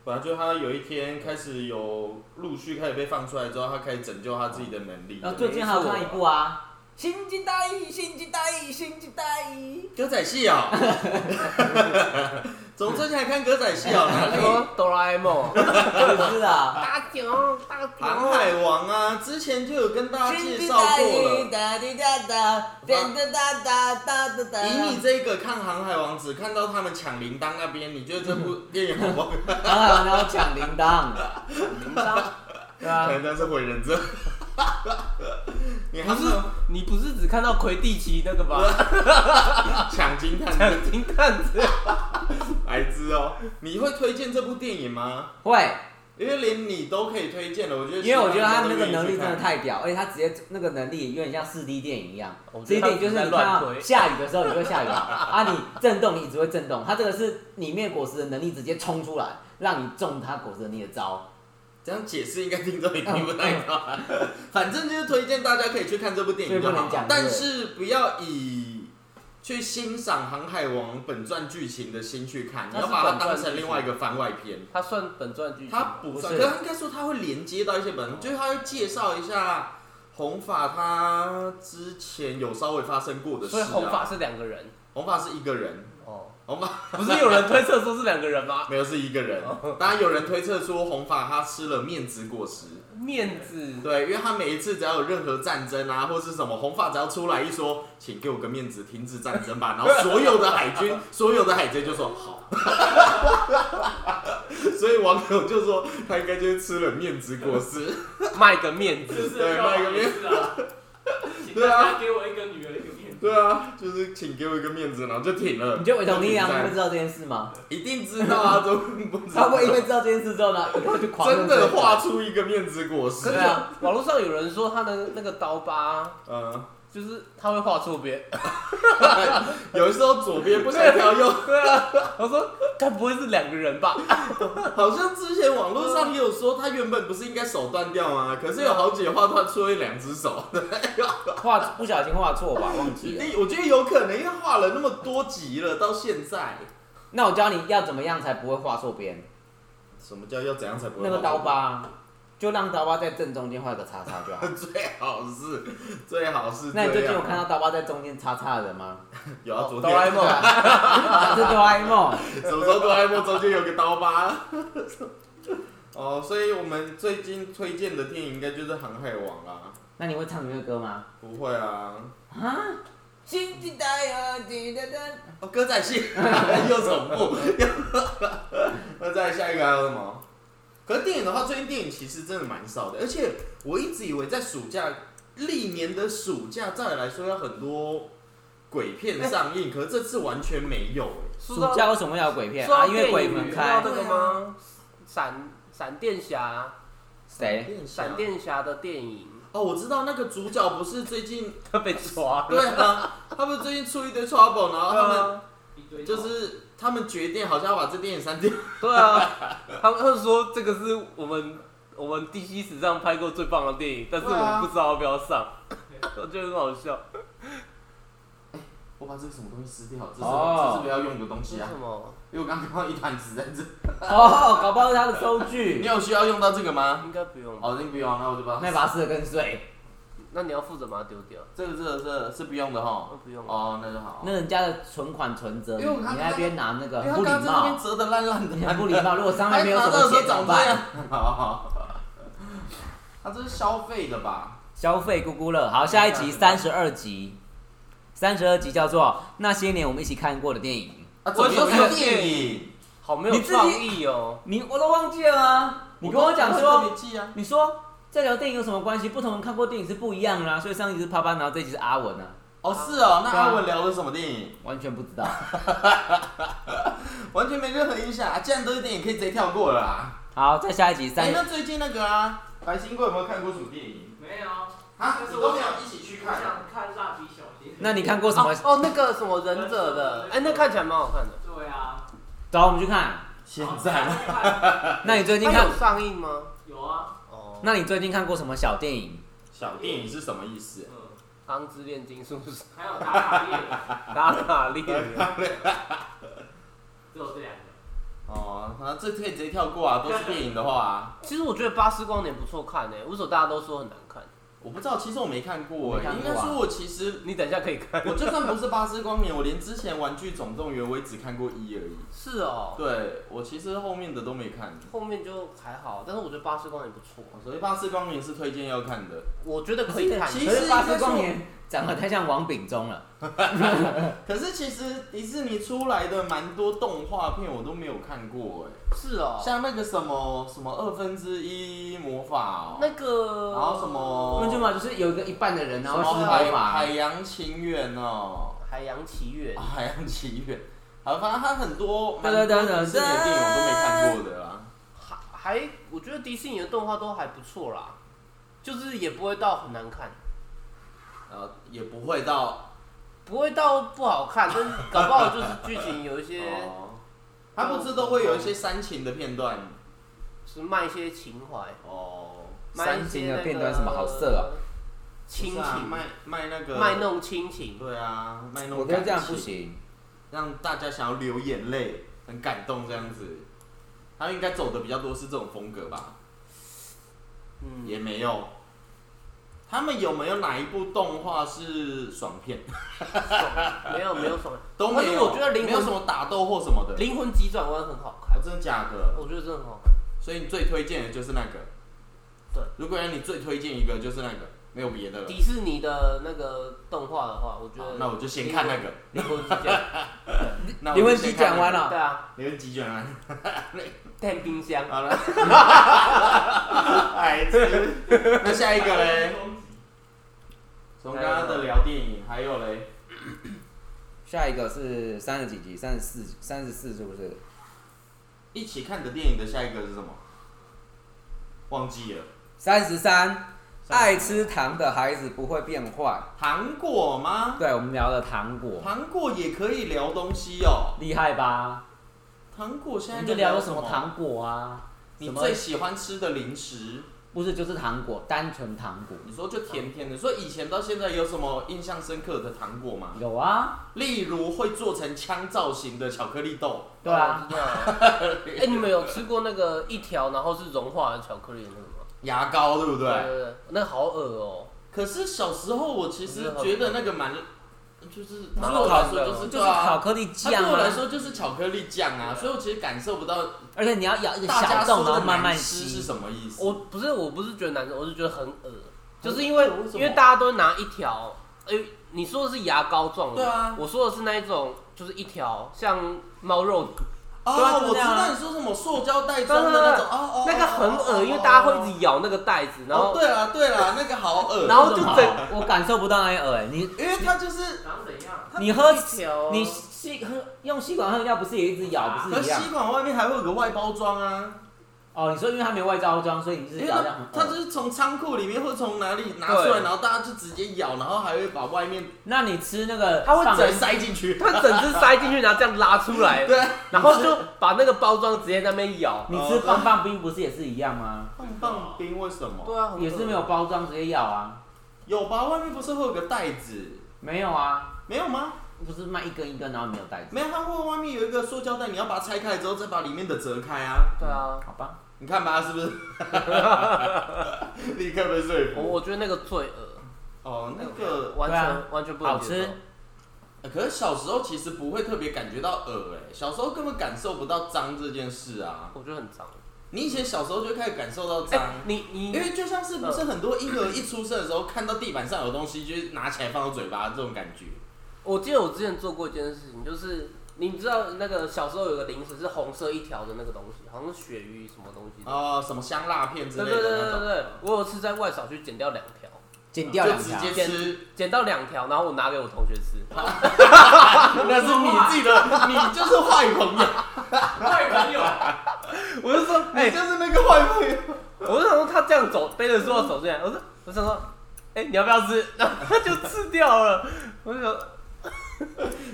S1: 本来就他有一天开始有陆续开始被放出来之后，他开始拯救他自己的能力
S2: 然。哦后最近还有看一部啊，《新一代》《新一代》《新一代》。
S1: 歌仔戏啊、哦， 怎么最近还看歌仔戏啊、哦？哪
S4: 什
S1: 里？
S4: 么哆啦 A 梦？
S2: 不是啊，
S4: 大脚大
S1: 航
S4: 脚，
S1: 海王啊，之前就有跟大家介绍过了。
S2: 哒滴哒哒，变哒哒哒哒哒哒。
S1: 以你这个看航海王只看到他们抢铃铛那边，你觉得这 部电影好不好？
S2: 然后啊然后抢铃铛，
S4: 铃铛，对
S1: 可
S4: 啊，
S1: 能那是毁人者。你
S4: 不
S1: 还
S4: 是你不是只看到魁地奇那个吧？
S1: 抢金探
S4: 奖
S1: 子
S4: 金探子，
S1: 白痴哦？你会推荐这部电影吗？
S2: 会，
S1: 因为连你都可以推荐了，我觉得。
S2: 因为我觉得他那个能力真的……太屌，而且他直接那个能力有点像四 D 电影一样
S4: 我。
S2: 四 D
S4: 觉得
S2: 电影就
S4: 他
S2: 是你
S4: 只是
S2: 看
S4: 在乱
S2: 到
S4: 推
S2: 下雨的时候你就会下雨嘛，啊 你震动你只会震动，他这个是里面果实的能力直接冲出来，让你中他果实能力的招。
S1: 这样解释应该听众也听不
S2: 嗯
S1: 太懂。 反正就是推荐大家可以去看这部电影就
S2: 所以不
S1: 好
S2: 能讲，
S1: 但是不要以去欣赏《航海王》本传剧情的心去看，你
S4: 它是
S1: 要把它
S4: 本传
S1: 当成另外一个番外篇。
S4: 他算本传剧情
S1: 它
S4: 吗，
S1: 不
S2: 是
S1: 算，可是它啊应该说它会连接到一些本，就是它会介绍一下红发他之前有稍微发生过的事、
S4: 所以
S1: 啊。
S4: 红发是两个人
S1: 红发是一个人，
S4: 哦，
S1: 红发？
S4: 不是有人推测说是两个人吗
S1: 没有是一个人。
S4: 哦
S1: 当然有人推测说红发他吃了面子果实，
S4: 面子，
S1: 对，因为他每一次只要有任何战争啊，或是什么，红发只要出来一说，请给我个面子，停止战争吧。然后所有的海军、所有的海贼就说好。 所以网友就说他应该就是吃了面子果实，
S4: 卖个面
S5: 就
S4: 子，
S5: 是要也是啊，请大家给我一个女儿一个面
S2: 面，
S1: 对啊，就是请给我一个面子，然后就停了。
S2: 你觉得韦
S1: 就
S2: 童
S1: 停
S2: 尼良
S1: 在
S2: 会知道这件事吗？
S1: 一定知道啊，怎么不知
S2: 他
S1: 道？
S2: 会因为知道这件事之后呢，以后就狂
S1: 真的画出一个面子果实
S4: 可是。
S2: 对啊
S4: 网络上有人说他的那个刀疤，
S1: 嗯，
S4: 就是他会画错边。
S1: 有时候左边不想挑右，
S4: 我说，该不会是两个人吧？
S1: 好像之前网络上也有说，他原本不是应该手断掉吗？可是有好几画他出了两只手，
S2: 画不小心画错吧，忘
S1: 一
S2: 记了。
S1: 定我觉得有可能，因为画了那么多集了，到现在，
S2: 那我教你要怎么样才不会画错边，
S1: 什么叫要怎样才不会
S2: 那
S1: 画错边？
S2: 个刀疤，就让刀疤在正中间画个叉叉就好。
S1: 最好是最好是这样。
S2: 那你最近有哦看到刀疤在中间叉叉的人吗？
S1: 有啊，昨
S4: 哆
S1: 天
S4: 啦 A 梦，
S2: 啊，是哆啦 A 梦。
S1: 什么时候哆啦 A 梦中间有个刀疤？ 哦，所以我们最近推荐的电影应该就是《航海王》啦。
S2: 那你会唱这个歌吗？
S1: 不会啊，
S2: 啊？金鸡带啊，滴答答。
S1: 哦，歌仔戏 又重复。 那再下一个还有什么？可是电影的话，最近电影其实真的蛮少的，而且我一直以为在暑假，历年的暑假照理来说要很多鬼片上映，可是这次完全没有、欸。
S2: 暑假为什么要有鬼片
S4: 说
S2: 啊？
S4: 到
S2: 因为
S4: 电
S2: 鬼
S4: 影，你
S2: 门
S4: 知道
S2: 开
S4: 这。个吗？闪闪电侠，
S2: 谁？
S4: 闪电侠的电影，
S1: 哦，我知道那个主角不是最近
S4: 他 被抓了。
S1: 对啊，他们最近出一堆 trouble，然后他
S4: 啊
S1: 们
S5: 一堆
S1: 就是他们决定好像要把这电影删掉。
S4: 对啊，他们他们说这个是我们我们 DC 史上拍过最棒的电影，但是我
S1: 对啊
S4: 们不知道要不要上，我觉得很好笑。
S1: 我把这个什么东西撕掉，这是、
S2: 哦
S1: 这是不要用的东西
S4: 为
S1: 啊
S4: 什，么？
S1: 因为我刚刚看到一团纸在这。
S2: 哦，搞不好是他的收
S1: 你
S2: 据。
S1: 有需要用到这个吗？
S4: 应该不用。
S1: 哦，那不用，那我就把它
S2: 那把它撕得更碎。
S4: 那你要负责把它丢掉。
S1: 这个这个这个是不用的哈
S4: 哦。不用
S1: 哦，那就好。
S2: 那人家的存款存折，你
S1: 因为我看
S2: 那边拿那个
S1: 因为
S2: 很
S1: 他
S2: 不
S1: 刚刚
S2: 礼
S1: 在那边
S2: 貌，
S1: 折的烂烂的，
S2: 你很不礼貌。如果上
S1: 还
S2: 面没有什
S1: 拿到哎
S2: 么
S1: 的时候
S2: 钱怎么
S1: 长这样
S2: 办？。
S1: 好好好， 他这是消费的吧？
S2: 消费咕咕乐。好，下一集三十二集，三十二集叫做《那些年我们一起看过的电影
S1: 啊，怎
S4: 我
S1: 么
S4: 也
S1: 又
S4: 没有
S1: 是电影？
S4: 好没有
S2: 你自己
S4: 创意哦》。。
S2: 你我都忘记了吗？你跟我讲
S1: 我
S2: 说
S1: 都没特别记啊。
S2: 你说这聊电影有什么关系？不同人看过电影是不一样啦、所以上一集是啪啪，然后这一集是阿文啊，
S1: 哦，是哦，那
S2: 对啊
S1: 阿文聊的什么电影？
S2: 完全不知道。
S1: 完全没任何印象啊！既然都是电影，可以直接跳过了啦。
S2: 好，再下一集
S1: 哎、
S2: 三，
S1: 那最近那个啊，白新贵有没有看过什么电影？
S5: 没有，
S1: 啊，
S5: 但是
S1: 你都
S5: 我
S1: 没有
S5: 想
S1: 一起去
S5: 我
S1: 看啊。
S5: 想看蜡笔小新。
S2: 那你看过什么
S4: 哦？哦，那个什么忍者的，哎，那看起来蛮好看的。
S5: 对啊，
S2: 走，我们去看。
S1: 现在吗？
S5: 在
S2: 那你最近
S4: 它
S1: 哎
S2: 看
S4: 有？上映吗？
S5: 有啊，
S4: 哦，
S2: 那你最近看过什么小电影？
S1: 小电影是什么意思？
S5: 嗯，
S4: 《钢之炼金术士》
S5: 还有打打猎，
S4: 打打猎人，
S5: 只有这两个。
S1: 哦，啊，这可以直接跳过啊，都是电影的话、啊。
S4: 其实我觉得《巴斯光年》不错看诶，为什么大家都说很难看？
S1: 我不知道，其实我没看过、
S2: 没看
S1: 欸，
S2: 过
S1: 应
S2: 啊
S1: 该说我其实，
S4: 你等一下可以看。
S1: 我就算不是巴斯光年，我连之前《玩具总动员》我也只看过一而已。
S4: 是哦，
S1: 对，我其实后面的都没看。
S4: 后面就还好，但是我觉得《巴斯光年》不错，
S1: 所以巴斯光年是推荐要看的，
S4: 我觉得可以看。
S1: 哎其
S2: 可
S1: 实
S2: 是《巴斯
S1: 应该说
S2: 光年》长得太像王炳忠了。
S1: 可是其实迪士尼出来的蛮多动画片我都没有看过哎、
S4: 是哦，
S1: 像那个什么什么二分之一魔法、哦，
S4: 那个，
S1: 然后什么
S2: 那就嘛，就是有一个一半的人，然
S1: 哦什
S2: 后
S1: 么
S2: 是
S1: 海
S2: 头发
S1: 海。洋情缘哦，
S4: 《海洋奇缘
S1: 啊》 海洋奇缘，好，反正它很多
S2: 对
S1: 蛮
S2: 对
S1: 多
S2: 对对
S1: 之前的电影我都没看过的啦。
S4: 还还，我觉得迪士尼的动画都还不错啦，就是也不会到很难看，
S1: 呃，也不会到
S4: 不会到不好看，但是搞不好就是剧情有一些
S1: 哦，它不是都会有一些煽情的片段
S4: 是卖一些情怀，
S1: 哦，
S4: 卖一
S2: 煽
S4: 些
S2: 情
S4: 那
S2: 的
S4: 个
S2: 片段什么好色啊，
S1: 不
S4: 亲
S1: 是啊
S4: 情
S1: 卖卖那个
S4: 卖，弄亲情，
S1: 对啊，卖弄，
S2: 我觉得这样不，行。
S1: 让大家想要流眼泪，很感动这样子。他应该走的比较多是这种风格吧？
S4: 嗯，
S1: 也没有。他们有没有哪一部动画是爽片？
S4: 爽没有没有什么，
S1: 都没
S4: 但是
S1: 有，
S4: 我觉得灵
S1: 没有什
S4: 魂
S1: 么打斗或什么的。
S4: 灵魂急转弯很好
S1: 啊
S4: 看，，
S1: 真的假的？
S4: 我觉得真的很好看，
S1: 所以你最推荐的就是那个。
S4: 对，
S1: 如果让你最推荐一个，就是那个，没有别的了。
S4: 迪士尼的那个动画的话，我觉
S1: 好
S4: 得
S1: 那我就先看那个。
S4: 灵魂急转弯，
S1: 那我
S2: 灵
S1: 就
S2: 魂
S1: 先
S2: 急
S1: 看
S2: 转弯
S1: 那个，
S4: 对
S2: 了，
S4: 啊，
S1: 灵魂急转弯。
S4: 电冰箱，
S1: 好 了，孩子，那下一个嘞？从刚刚的聊电影，还有嘞，
S2: 下一个是三十几集，三十四，三十四是不是？
S1: 一起看的电影的下一个是什么？忘记了。
S2: 三十三，爱吃糖的孩子不会变坏。
S1: 糖果吗？
S2: 对，我们聊了糖果，
S1: 糖果也可以聊东西哦。
S2: 厉害吧？
S1: 糖果现
S2: 我
S1: 在
S2: 们
S1: 在
S2: 就聊了什
S1: 什
S2: 么？糖果啊？
S1: 你
S2: 什么
S1: 最喜欢吃的零食？
S2: 不是就是糖果，单纯糖果。
S1: 你说就甜甜的，所以以前到现在有什么印象深刻的糖果吗？
S2: 有啊，
S1: 例如会做成枪造型的巧克力豆，
S2: 对啊，
S4: 哎、你们有吃过那个一条然后是融化的巧克力的那个吗？
S1: 牙膏，对不对？
S4: 对对，那个好恶哦、
S1: 可是小时候我其实觉得那个蛮，就是对
S4: 蛮好
S1: 我来说
S4: 吃的
S1: 就是
S2: 就是
S1: 对啊
S2: 巧克力
S1: 它
S2: 酱
S1: 对我来
S2: 啊。
S1: 说就是巧克力酱啊，所以我其实感受不到
S2: 而且你要咬一个
S1: 大
S2: 小
S1: 家
S2: 洞，
S1: 说
S2: 然后
S1: 的
S2: 慢慢
S1: 难吃是
S2: 吸。
S1: 什么意思。
S4: 我不是，我不是觉得难吃，我是觉得很恶，就是因为
S1: 很恶为什么
S4: 因为大家都拿一条，哎、你说的是牙膏状的，
S1: 对啊
S4: 我说的是那一种，就是一条像猫肉，
S1: 哦，
S2: 对啊就
S1: 我
S2: 这
S1: 知
S2: 样啊
S1: 道你说什么塑胶袋装的那种，哦哦，
S4: 啊那个很恶，因为大家会一直咬那个袋子，然
S1: 哦，
S4: 后
S1: 对啦对啦，那个好恶，
S4: 然后就
S2: 为什么
S4: 整
S2: 我感受不到那个耳，你
S1: 因为它就是，
S5: 长怎样？
S2: 你喝
S4: 一
S1: 哦
S4: 条
S2: 你吸喝用吸管喝饮料不是也一直咬，不
S1: 可
S2: 是
S1: 是
S2: 一样？
S1: 吸管外面还会有个外包装啊。
S2: 哦，你说因为它没有外包装，所以你
S1: 因
S2: 是
S1: 为
S2: 咬
S1: 它
S2: 这样很
S1: 它
S2: 恶
S1: 就是从仓库里面或从哪里拿出来，
S4: 对
S1: 然后大家就直接咬，然后还会把外面
S2: 那你吃那个
S4: 它会
S2: 放
S1: 再
S2: 了
S4: 整
S1: 塞进去。
S4: 它整只塞进去，然后这样拉出来，
S1: 对啊，
S4: 然后就把那个包装直接在那边咬，
S2: 你吃棒棒冰不是也是一样吗？
S1: 棒棒冰为什么？
S4: 对啊，很恶
S2: 也是没有包装直接咬啊？
S1: 有吧？外面不是会有个袋子？
S2: 没有啊，
S1: 没有吗？
S2: 不是卖一根一根，然后没有袋子。
S1: 没有，它会外面有一个塑胶袋，你要把它拆开来之后再把里面的折开啊。
S4: 对啊，
S2: 好吧，
S1: 你看吧，是 不是？立刻被说
S4: 我
S1: 服。
S4: 我觉得那个最恶，
S1: 哦，那个
S4: 完
S2: 对
S4: 全、
S2: 啊
S4: 完全不
S2: 好
S4: 能接受
S2: 吃。。
S1: 呃可是小时候其实不会特别感觉到恶哎、小时候根本感受不到脏这件事啊。
S4: 我觉得很脏。
S1: 你以前小时候就开始感受到
S4: 哎、
S1: 脏。
S4: 你你
S1: 因为就像是不是很多婴儿一出生的时候看到地板上有东西，就是拿起来放到嘴巴这种感觉。
S4: 我记得我之前做过一件事情，就是你知道那个小时候有个零食是红色一条的那个东西，好像是鳕鱼什么东西的。
S1: 哦，什么香辣片之
S4: 对
S1: 类
S4: 对对
S1: 的
S4: 对对
S1: 那种，
S4: 对，我有次在外扫去捡掉两条，
S2: 剪掉两
S1: 就直
S2: 条，
S1: 接吃。
S4: 捡到两条，然后我拿给我同学吃。
S1: 那是你自己的，你就是坏朋友，
S5: 坏朋友，
S4: 我就说，哎、
S1: 你就是那个坏朋友。
S4: 我就想说他这样走，背着塑料走进来，我说，我想说，哎、你要不要吃？然后他就吃掉了。我就想，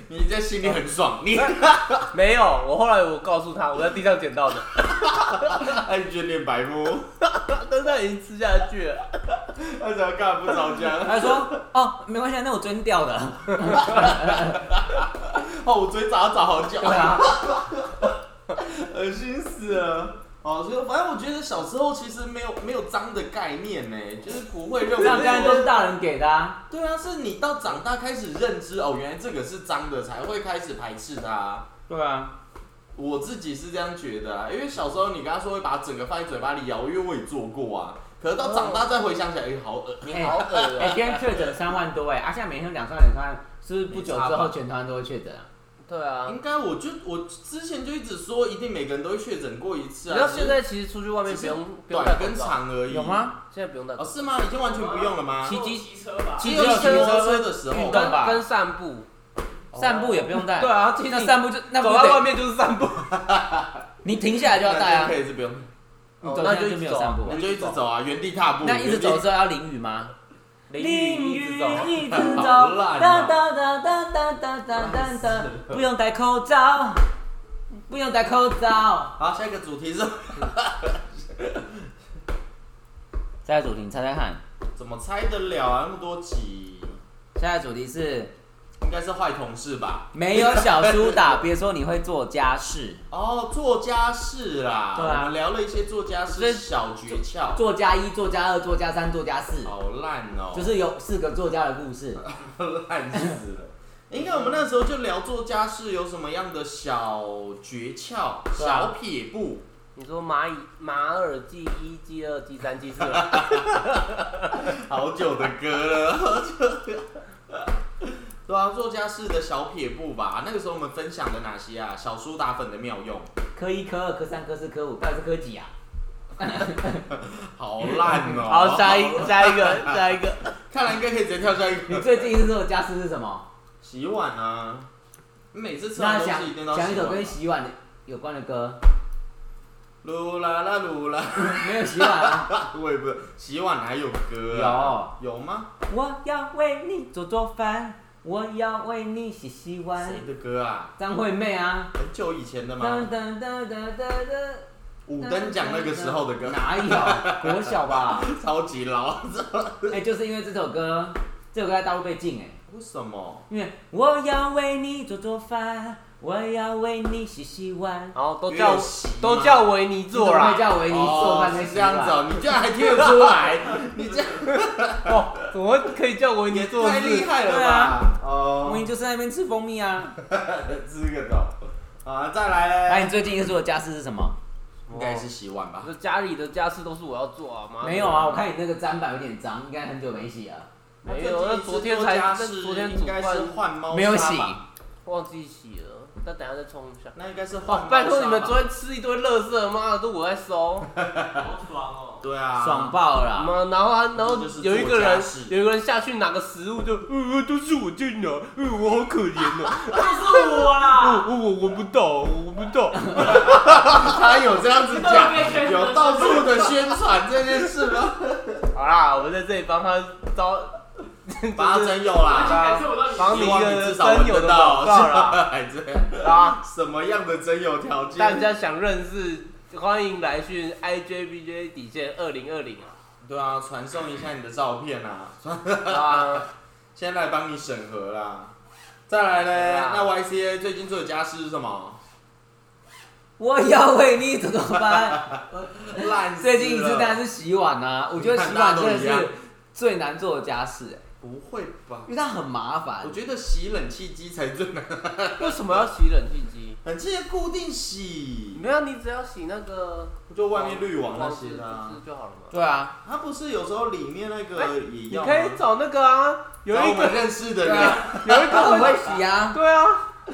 S1: 你在心里很爽， 你
S4: 没有，我后来我告诉他我在地上捡到的，
S1: 爱卷脸白目，
S4: 但是他已经吃下去了。
S1: 他怎么干嘛不着家？
S2: 他说哦，没关系啊，那我捐掉的。
S1: 哦，我嘴咋咋好久
S2: 对，啊，
S1: 恶心死了。哦，所以反正我觉得小时候其实没有没有脏的概念呢，就是不会认为
S2: 像这样都
S1: 说
S2: 是大人给的啊。
S1: 对啊，是你到长大开始认知哦，原来这个是脏的，才会开始排斥它、
S2: 对啊，
S1: 我自己是这样觉得啊，因为小时候你刚刚说会把整个放在嘴巴里咬，因为我也做过啊。可是到长大再回想起来，哎、
S4: 哦
S1: 好恶
S4: 你好恶啊、
S2: 哎，今天确诊三万多哎，啊，现在每天两三万两三万，是不是不久之
S1: 没差
S2: 后
S1: 吧
S2: 全台湾都会确诊啊？
S4: 对啊
S1: 应，该我就我之前就一直说，一定每个人都会确诊过一次啊。
S4: 你知道现在其实出去外面不用不
S1: 只是
S4: 用戴
S1: 短
S4: 口
S1: 跟
S4: 罩，
S1: 长而已。
S2: 有？吗？
S4: 现在不用戴
S1: 哦，
S4: 口罩，
S1: 是吗？已经完全不用了吗？
S4: 骑机
S5: 骑车吧，
S1: 只
S4: 骑
S1: 有
S4: 机
S1: 骑
S4: 车
S1: 摩托车的时候
S2: 运
S1: 哦吧
S2: 动
S4: 跟
S2: 吧，
S4: 跟散步，
S2: 散步也不用带。
S4: 对哦啊，其实
S2: 那
S4: 你
S2: 散步就那不
S4: 走
S2: 是
S4: 到外
S2: 得
S4: 面就是散步，
S2: 你停下来就要带
S1: 那
S2: 啊
S1: 就，可以是不用，
S2: 你
S4: 哦
S2: 走下
S4: 那就
S2: 来就
S4: 一直
S2: 没有
S4: 走啊
S2: 散步啊
S1: 那。就一直走啊，原地踏步。
S2: 那一直走
S1: 原
S2: 的
S1: 地
S2: 时候要淋雨吗？
S4: 淋雨一直走，
S2: 一直
S1: 走好烂啊
S2: 哒哒哒哒哒哒哒哒，不用戴口罩，不用戴口罩。
S1: 好，下一个主题是
S2: 下一个主题，你猜猜看。
S1: 怎么猜得了啊？那么多集，
S2: 下一个主题是
S1: 应该是坏同事吧？
S2: 没有小苏打，别说你会做家事，
S1: 哦，做家事啦，
S2: 对啊
S1: 我们聊了一些做家
S2: 所以
S1: 事小诀窍，
S2: 做家一、做家二、做家三、做家四，
S1: 好烂哦、
S2: 就是有四个作家的故事。
S1: 烂死了。应该我们那时候就聊做家事有什么样的小诀窍、
S2: 对啊
S1: 小撇步，
S4: 你说蚂蚁马尔济一、济二、济三、济四，
S1: 好久的歌了， 好久的。对啊，做家事的小撇步吧。那个时候我们分享的哪些啊？小苏打粉的妙用，
S2: 科一、科二、科三、科四、科五，到底是科几啊？
S1: 好烂哦、
S4: 好，下一下一个下一个，
S1: 看来应该可以直接跳下一
S2: 你
S1: 个。
S2: 最近一次做的家事是什么？
S1: 洗碗啊，你每次吃
S2: 那
S1: 完东
S2: 想
S1: 西一定都要
S2: 想一首跟
S1: 洗
S2: 洗碗有关的歌，
S1: 碗噜啦啦噜啦，
S2: 没有洗碗啊？
S1: 我也不知道洗碗哪有歌啊？有有吗？
S2: 我要为你做做饭，我要为你洗洗碗。
S1: 谁的歌啊？
S2: 张惠妹啊，
S1: 很久以前的
S2: 噔
S1: 吗？
S2: 噔噔噔噔噔，
S1: 五等奖那个时候的歌，
S2: 哪有？国小吧？
S1: 超级老。
S2: 哎、就是因为这首歌，这首歌在大陆被禁哎、
S1: 为什么？
S2: 因为我要为你做做饭，我要为你洗洗碗。
S4: 然后都
S1: 因为
S4: 叫
S1: 有席嘛
S4: 都叫维尼做啦
S2: 会。叫维尼做饭才
S1: 哦是
S2: 洗
S1: 这样子
S2: 碗。
S1: 哦，你居然还听得出来，你这样
S4: 哦，怎么可以叫维尼
S1: 也
S4: 做
S1: 太厉
S4: 事？
S1: 害了
S2: 对
S1: 吧
S2: 啊？维尼
S1: 哦，
S2: 就在那边吃蜂蜜啊。
S1: 这个的啊，再来
S2: 哎，
S1: 嘞，
S2: 你最近一次的家事是什么？
S1: 应该是洗碗吧
S4: 我？说家里的家事都是我要做啊，妈的
S2: 没有啊，我看你那个砧板有点脏，应该很久没洗了。
S4: 没有，那昨天才那昨天煮
S1: 应该
S4: 饭
S1: 是换猫砂吧
S2: 没有洗，
S4: 忘记洗了，那等一下再冲一下。
S1: 那应该是
S4: 哇
S1: 换，
S4: 哦拜托你们
S1: 猫砂吧
S4: 昨天吃一堆垃圾，妈的都我在收，
S5: 好爽哦！
S1: 对啊，
S2: 爽爆了啊。
S4: 妈，然后他然后
S1: 这就是做
S4: 有一个
S1: 家
S4: 人
S1: 事
S4: 有一个人下去拿个食物就，呃都是我在拿，呃我好可怜哦，呃
S5: 都是我啦！
S4: 我啊我我不到，我不到，
S1: 他有这样子
S5: 特别宣
S1: 讲，
S5: 传
S1: 有到处的宣传这件事吗？
S4: 好啦，我在这里帮他招，
S1: 八
S4: 就是
S1: 真有啦，
S5: 感受到你
S4: 帮你
S1: 希
S4: 一
S1: 望
S4: 个
S1: 你至少
S4: 真
S1: 闻
S4: 有
S1: 得
S4: 的
S1: 到，
S4: 广告啦，
S1: 还这样
S4: 啊。
S1: 什么样的真有条件？
S4: 大家想认识，欢迎来讯 IJBJ 底线二零二零 啊！
S1: 对啊，传送一下你的照片啊，
S4: 啊，
S1: 先来帮你审核啦。再来嘞，
S4: 对啊
S1: 那 YCA 最近做的家事是什 么？
S2: 我要为你做做饭。
S1: 烂死了
S2: 最近一次当然是洗碗啊，我觉得洗碗真的是最难做的家事、哎
S1: 不会吧
S2: 因？为它很麻烦
S1: 我。觉得洗冷气机才最难，
S4: 为什么要洗冷气机？
S1: 冷气机固定洗，
S4: 没有，啊你只要洗那个
S1: 就外面滤网那些啦、
S4: 不哦是就好了嘛。
S2: 对啊，
S1: 它不是有时候里面那
S4: 哎
S1: 个也
S4: 你
S1: 要吗、
S4: 可以找那个啊，有
S1: 找
S4: 一
S1: 我们
S4: 个
S1: 认识的
S2: 对
S1: 人，
S2: 啊，
S4: 有一
S2: 它
S4: 个
S2: 很会
S4: 会，
S2: 洗啊。
S4: 对啊，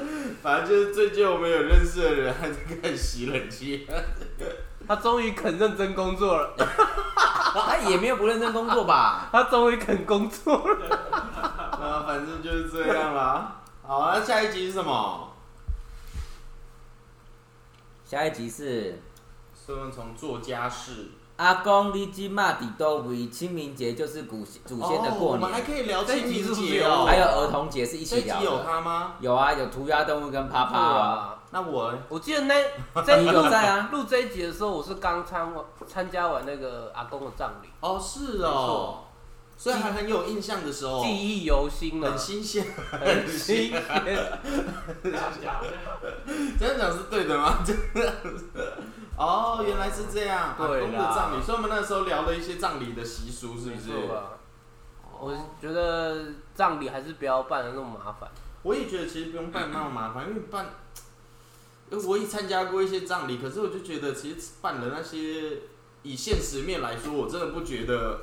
S1: 反正就是最近我们有认识的人还在看洗冷气，
S4: 他终于肯认真工作了，
S2: 他也没有不认真工作吧？
S4: 他终于肯工作了。
S1: 啊，反正就是这样啦。好，那下一集是什么？
S2: 下一集是
S1: 是我们从做家事
S2: 阿公你今嘛底都为清明节就是古祖先的
S1: 哦
S2: 过
S1: 我们还
S2: 年，
S1: 可以聊清
S4: 这一集
S1: 明
S4: 是不是
S1: 节
S4: 有
S1: 哦，
S2: 还有儿童节是一
S1: 这
S2: 起
S1: 一集
S2: 聊
S1: 有
S2: 的。
S1: 他吗？
S2: 有啊，有涂鸦动物跟啪啪啊。
S4: 啊，
S1: 那我
S4: 我记得那这
S2: 你有在啊
S4: 录这一集的时候，我是刚参完参加完那个阿公的葬礼，
S1: 哦是
S4: 没
S1: 哦
S4: 错，
S1: 所以还很有印象的时候，
S4: 记忆犹新了
S1: 哦很，新鲜。
S4: 很新啊鲜。
S1: 这样讲是对的吗？这样子 哦，原来是这样。
S4: 对啦
S1: 阿公的葬礼，所以我们那时候聊了一些葬礼的习俗，是
S4: 没
S1: 不是？
S4: 错啊，我觉得葬礼还是不要办的那么麻烦。
S1: 我也觉得其实不用办那么麻烦，因为办，因为我也参加过一些葬礼，可是我就觉得其实办了那些，以现实面来说，我真的不觉得。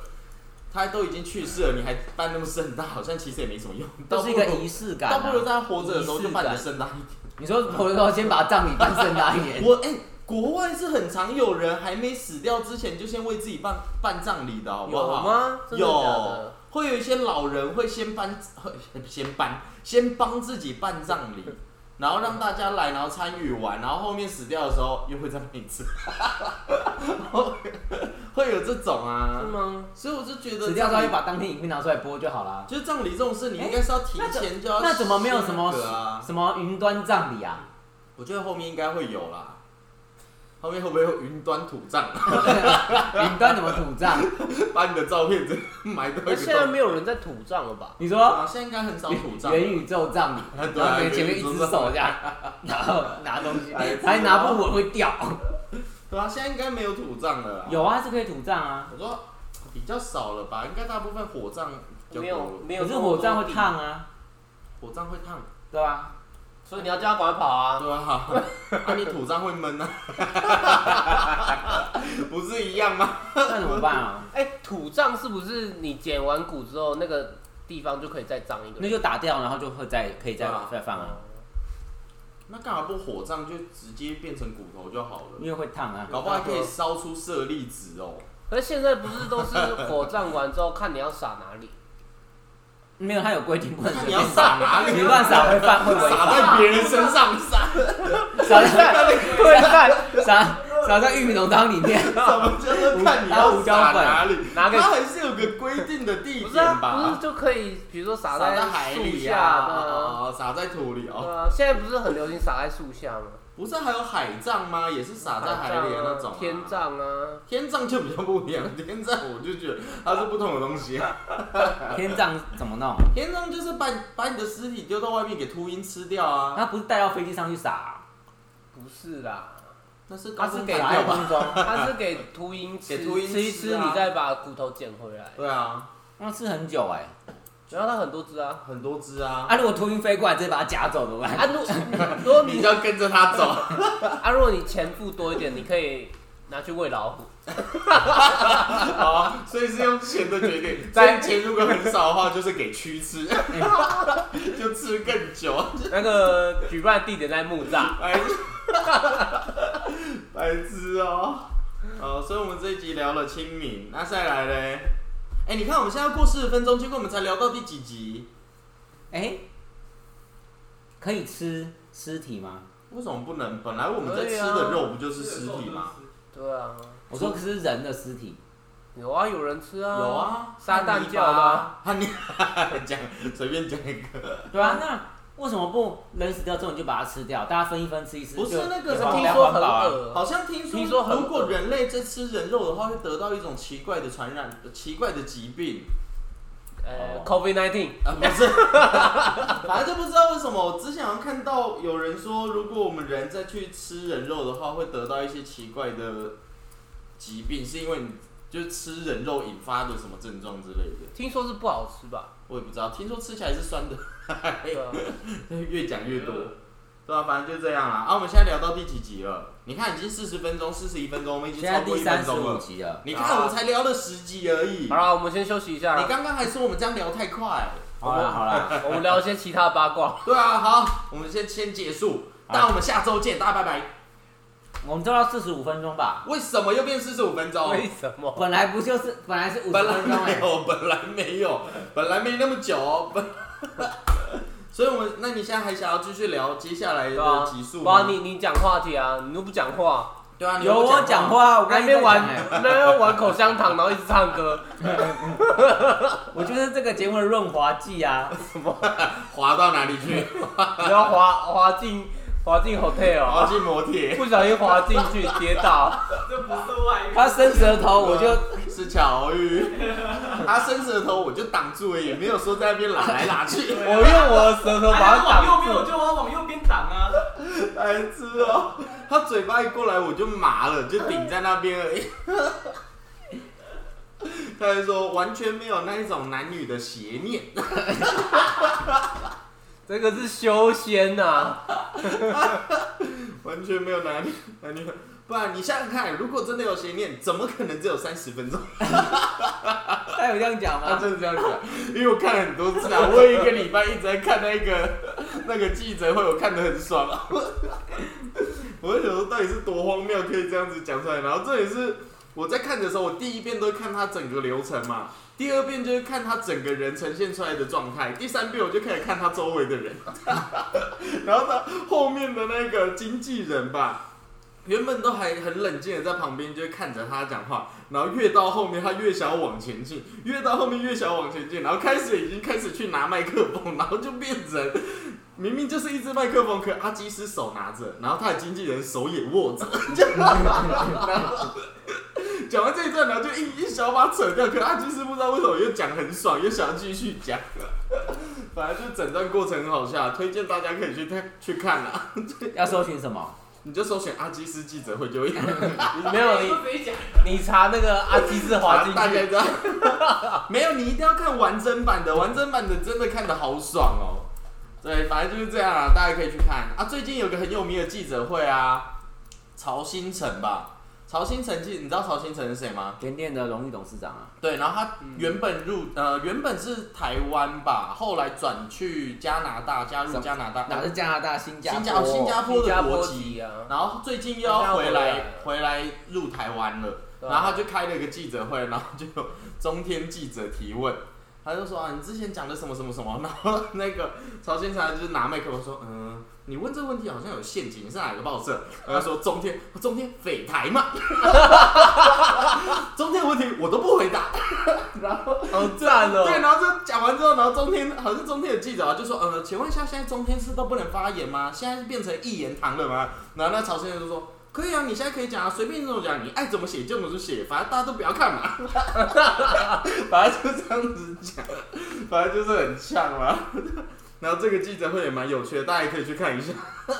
S1: 他都已经去世了，你还办那么盛大，好像其实也没什么用。
S2: 都是一个仪
S1: 式
S2: 式感、
S1: 倒不如
S2: 啊。
S1: 在他活着的时候就办的盛大一点。
S2: 你说我说先把葬礼办盛大一 点，
S1: 我哎、国外是很常有人还没死掉之前就先为自己办办葬礼的，好不
S4: 有
S1: 好？
S4: 吗？真的假
S1: 哦有
S4: 的？，
S1: 会有一些老人会先办，会先办，先帮自己办葬礼，然后让大家来，然后参与完，然后后面死掉的时候又会再办一次， 会有这种啊
S4: 是。吗？
S1: 所以我就觉得
S2: 死掉之
S1: 葬
S2: 后就
S1: 礼，
S2: 把当天影片拿出来播就好啦。
S1: 就是葬礼这种事，你应该是要提前就要、
S2: 那怎么没有什么、
S1: 啊？
S2: 什么云端葬礼 啊？
S1: 我觉得后面应该会有啦。后面会不会有云端土葬？
S2: 云端怎么土葬？
S1: 把你的照片直接埋到
S4: 那
S1: 一
S4: 现
S1: 个
S4: 在
S1: 洞。
S4: 没有人在土葬了吧？
S2: 你说
S1: 啊，现在应该很少土葬。
S2: 元宇宙葬礼，
S1: 对
S2: 然
S1: 啊
S2: 后可能前面一只手这样，然后拿东西，还
S1: 啊
S2: 拿不稳会掉。
S1: 对啊，现在应该没有土葬了啦。
S2: 有啊，是可以土葬啊，
S1: 我说比较少了吧，应该大部分火葬比较
S4: 没
S1: 多
S4: 有
S1: 了。
S4: 没有
S2: 可
S4: 那
S2: 是
S4: 么多
S2: 火
S4: 地
S2: 葬会，烫啊，
S1: 火葬会烫，
S2: 对吧？
S4: 所以你要叫他赶快跑 啊！
S1: 对啊，那、你土葬会闷啊，不是一样吗？
S2: 那怎么 办啊？
S4: 哎，土葬是不是你捡完骨之后那个地方就可以再葬一个
S2: 那
S4: 人？
S2: 就打掉，然后就会再可以再
S1: 对啊
S2: 再放啊，
S1: 那干嘛不火葬就直接变成骨头就好了？
S2: 因为会烫啊。
S1: 搞不好还可以烧出舍利子哦。
S4: 可是现在不是都是火葬完之后看你要撒哪里？
S2: 没有，他有规定不能
S1: 那
S2: 随
S1: 你要
S2: 便
S1: 撒
S2: 撒，
S1: 哪里？啊
S2: 你乱撒会犯 会违
S1: 撒
S2: 法，
S1: 在别人身 上 撒，
S2: 撒在会犯撒撒在玉米浓汤里面。
S1: 怎么就是看你要撒哪里？
S4: 拿个
S1: 它还是有个规定的地点
S4: 不是啊，不是
S1: 吧？
S4: 就可以，比如说撒
S1: 撒在海
S4: 树
S1: 里
S4: 下
S1: 啊，
S4: 对啊
S1: 哦，撒在土里
S4: 对
S1: 哦。
S4: 啊，现在不是很流行撒在树下吗？
S1: 不是还有海葬吗？也是撒在海里的那种啊。
S4: 天葬啊，
S1: 天葬就比较不一样， 天葬我就觉得它是不同的东 西。啊
S2: 天葬怎么弄？
S1: 天葬就是把你把你的尸体丢到外面给秃鹰吃掉啊，
S2: 他不是带到飞机上去撒啊，
S4: 不是啦，
S1: 那是
S4: 它是给
S1: 高空撒药吧
S2: 空中，
S4: 它是给秃鹰吃，
S1: 给秃鹰
S4: 吃一
S1: 吃
S4: 吃，
S1: 啊
S4: 你再把骨头捡回来。
S1: 对啊，
S2: 那吃很久哎。
S4: 然后它很多 只啊，
S1: 很多只啊，
S2: 啊，如果秃鹰飞过来直接把它夹走怎么办？
S4: 啊，如如果
S1: 你
S4: 你
S1: 就要跟着它走。
S4: 啊，如果你钱付多一点，你可以拿去 喂老虎。
S1: 好，所以是用钱的决定。但钱如果很少的话，就是给蛆吃， 就吃更久。
S4: 那个举办地点在木 栅，
S1: 白痴，白痴哦。好，所以我们这一集聊了清明，那再来嘞。哎、你看我们现在过四十分钟，结果我们才聊到第几集？
S2: 哎，可以吃尸体吗？
S1: 为什么不能？本来我们在
S4: 可
S1: 吃
S4: 以啊
S1: 的肉不就是尸体吗？
S4: 对啊，
S2: 我说是人的尸体，
S4: 有啊，有人吃啊，
S1: 有啊，
S4: 撒旦啊教吗？
S1: 汉尼拔？ 你讲随便讲一个，
S2: 对啊，那为什么不人死掉之后你就把它吃掉？大家分一分吃一吃，
S1: 不是
S2: 就
S1: 那个
S2: 也
S1: 是
S2: 帮
S4: 听
S2: 大家
S4: 说
S2: 环
S4: 很
S2: 保啊
S4: 恶，
S1: 好像听说
S4: 听说很
S1: 如果人类在吃人肉的话，会得到一种奇怪的传染、奇怪的疾病。
S4: 呃，COVID nineteen，
S1: 啊，不是， 反正就不知道为什么。我之前好像看到有人说，如果我们人再去吃人肉的话，会得到一些奇怪的疾病，是因为你就是吃人肉引发的什么症状之类的。
S4: 听说是不好吃吧？
S1: 我也不知道，听说吃起来是 酸的，哎
S4: 对啊，
S1: 越讲越多，对啊吧、反正就这样啦。啊，我们现在聊到第几集了？你看已经四十分钟、四十一分钟，我们已经
S2: 现
S1: 超
S2: 在
S1: 过
S2: 第
S1: 一
S2: 三
S1: 分
S2: 十
S1: 钟
S2: 五
S1: 了。
S2: 集了，
S1: 你看，我们才聊了十集而已。
S4: 好啦，我们先休息一下
S1: 你
S4: 啦，
S1: 刚刚还说我们这样聊太快。
S2: 好了好了。
S4: 我们聊一些其他八 卦。
S1: 对啊，好，我们先先结束，
S2: 好
S1: 但我们下周见，大家拜拜。
S2: 我们做到四十五分钟吧，
S1: 为什么又变四十五分钟？
S4: 为什么？
S2: 本来不就是本来是五十
S1: 本来
S2: 分钟哎、
S1: 没有， 本来没有，本来没那么久、哦， 本。所以我们，那你现在还想要继续聊接下来
S4: 对啊
S1: 的集数
S4: 哇，
S1: 吗？
S4: 你你讲话题啊，你都不讲话，
S1: 对啊，你
S2: 有我讲
S1: 讲，
S2: 话，我刚
S4: 那
S2: 才
S4: 边
S2: 在
S4: 玩
S2: 玩、欸，
S1: 哎
S4: 那边玩口香糖，然后一直唱歌，
S2: 我就是这个节目的润滑剂啊。
S1: 滑到哪里去？
S4: 你要滑滑进滑进 hotel，
S1: 滑进摩铁
S4: 不小心滑进去跌倒。
S5: 这不是外遇，
S2: 他伸舌头，我就
S1: 是巧遇，他伸舌头我就挡住了，也没有说在那边拉来拉去，
S4: 我用我的舌头
S5: 还
S1: 哎
S4: 把
S5: 要
S4: 它挡
S5: 往右边，哎我
S4: 住。
S5: 就要往右边挡啊。
S1: 白痴哦！他嘴巴一过来我就麻了，就顶在那边而已。 他还说完全没有那一种男女的邪念，
S4: 这个是修仙啊呐、
S1: 完全没有男女男女。不然你想想看，如果真的有邪念，怎么可能只有三十分钟？
S2: 他有这样讲啊
S1: 他
S2: 吗？
S1: 啊真的这样讲，因为我看了很多次啊，我有一个礼拜一直在看那个那个记者会，我看得很爽 啊。我就想说，到底是多荒谬，可以这样子讲出来。然后这也是我在看的时候，我第一遍都看他整个流程嘛，第二遍就是看他整个人呈现出来的状态，第三遍我就开始看他周围的人， 然后他后面的那个经纪人吧。原本都还很冷静的在旁边，就会看着他讲话，然后越到后面他越想要往前进，越到后面越想要往前进，然后开始已经开始去拿麦克风，然后就变成明明就是一支麦克风，可阿基斯手拿着，然后他的经纪人手也握着，然后讲完这一段，然后就一一小把扯掉，可阿基斯不知道为什么又讲很爽，又想要继续讲，反正就整段过程很好笑，推荐大家可以去看去看啦，
S2: 要搜寻什么？
S1: 你就搜选阿基斯记者会就会有。
S4: 你没有你，
S5: 谁讲？
S4: 你查那个阿基斯滑进
S1: 大家
S4: 去，
S1: 知道，没有，你一定要看完整版的，完整版的真的看的好爽哦。对，反正就是这样啊，大家可以去看啊。最近有个很有名的记者会啊，曹新成吧，曹新成记，你知道曹新成是谁吗？
S2: 甜店的荣誉董事长啊，
S1: 对，然后他
S4: 嗯
S1: 原本入、呃原本是台湾吧，后来转去加拿大，加入
S2: 什么
S1: 加拿大，
S2: 哪是加拿大、新加
S1: 新
S2: 坡
S1: 加新加坡
S4: 新
S1: 的
S4: 加
S1: 国
S4: 坡
S1: 籍
S4: 籍啊，
S1: 然后最近又要回来回来入台湾了，
S4: 对啊
S1: 然后他就开了一个记者会，然后就有中天记者提问，他就说啊，你之前讲的什么什么什么，然后那个曹新才就是拿麦克风说，嗯，你问这个问题好像有陷阱，你是哪个报 社？然后他说中天，中天匪台嘛，中天的问题我都不回答，然后
S4: 好赞哦、
S1: 对，然后就讲完之后，然后中天好像中天的记者啊，就说，呃，请问一下，现在中天是都不能发言吗？现在是变成一言堂了吗？然后那曹先生就说。可以啊，你现在可以讲啊，随便你怎么讲，你爱怎么写就怎么写，反正大家都不要看嘛。 反正就这样子讲，反正就是很呛嘛。然后这个记者会也蛮有趣的，大家也可以去看一下。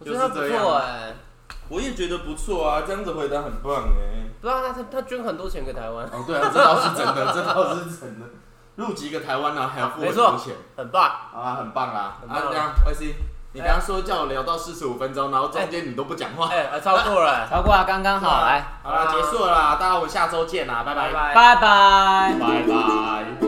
S4: 我觉得他不错哎、
S1: 我也觉得不错啊，这样子回答很棒哎、
S4: 不知道啊他他他捐很多钱给台湾，
S1: 哦，对啊，这倒是真的，这倒是真的。入籍一个台湾然后还要付我
S4: 没错
S1: 多钱，
S4: 很棒。
S1: 好啊，很棒啦。
S4: 很棒
S1: 啊
S4: 啦，
S1: 这样 Y C，你刚刚说叫我聊到四十五分钟，然后中间你都不讲话。
S4: 哎、超过了、
S2: 超过啊，刚刚好，来，
S1: 好啦，结束了啦，大家我们下周见啦，拜拜，
S4: 拜
S2: 拜拜。
S1: 拜拜。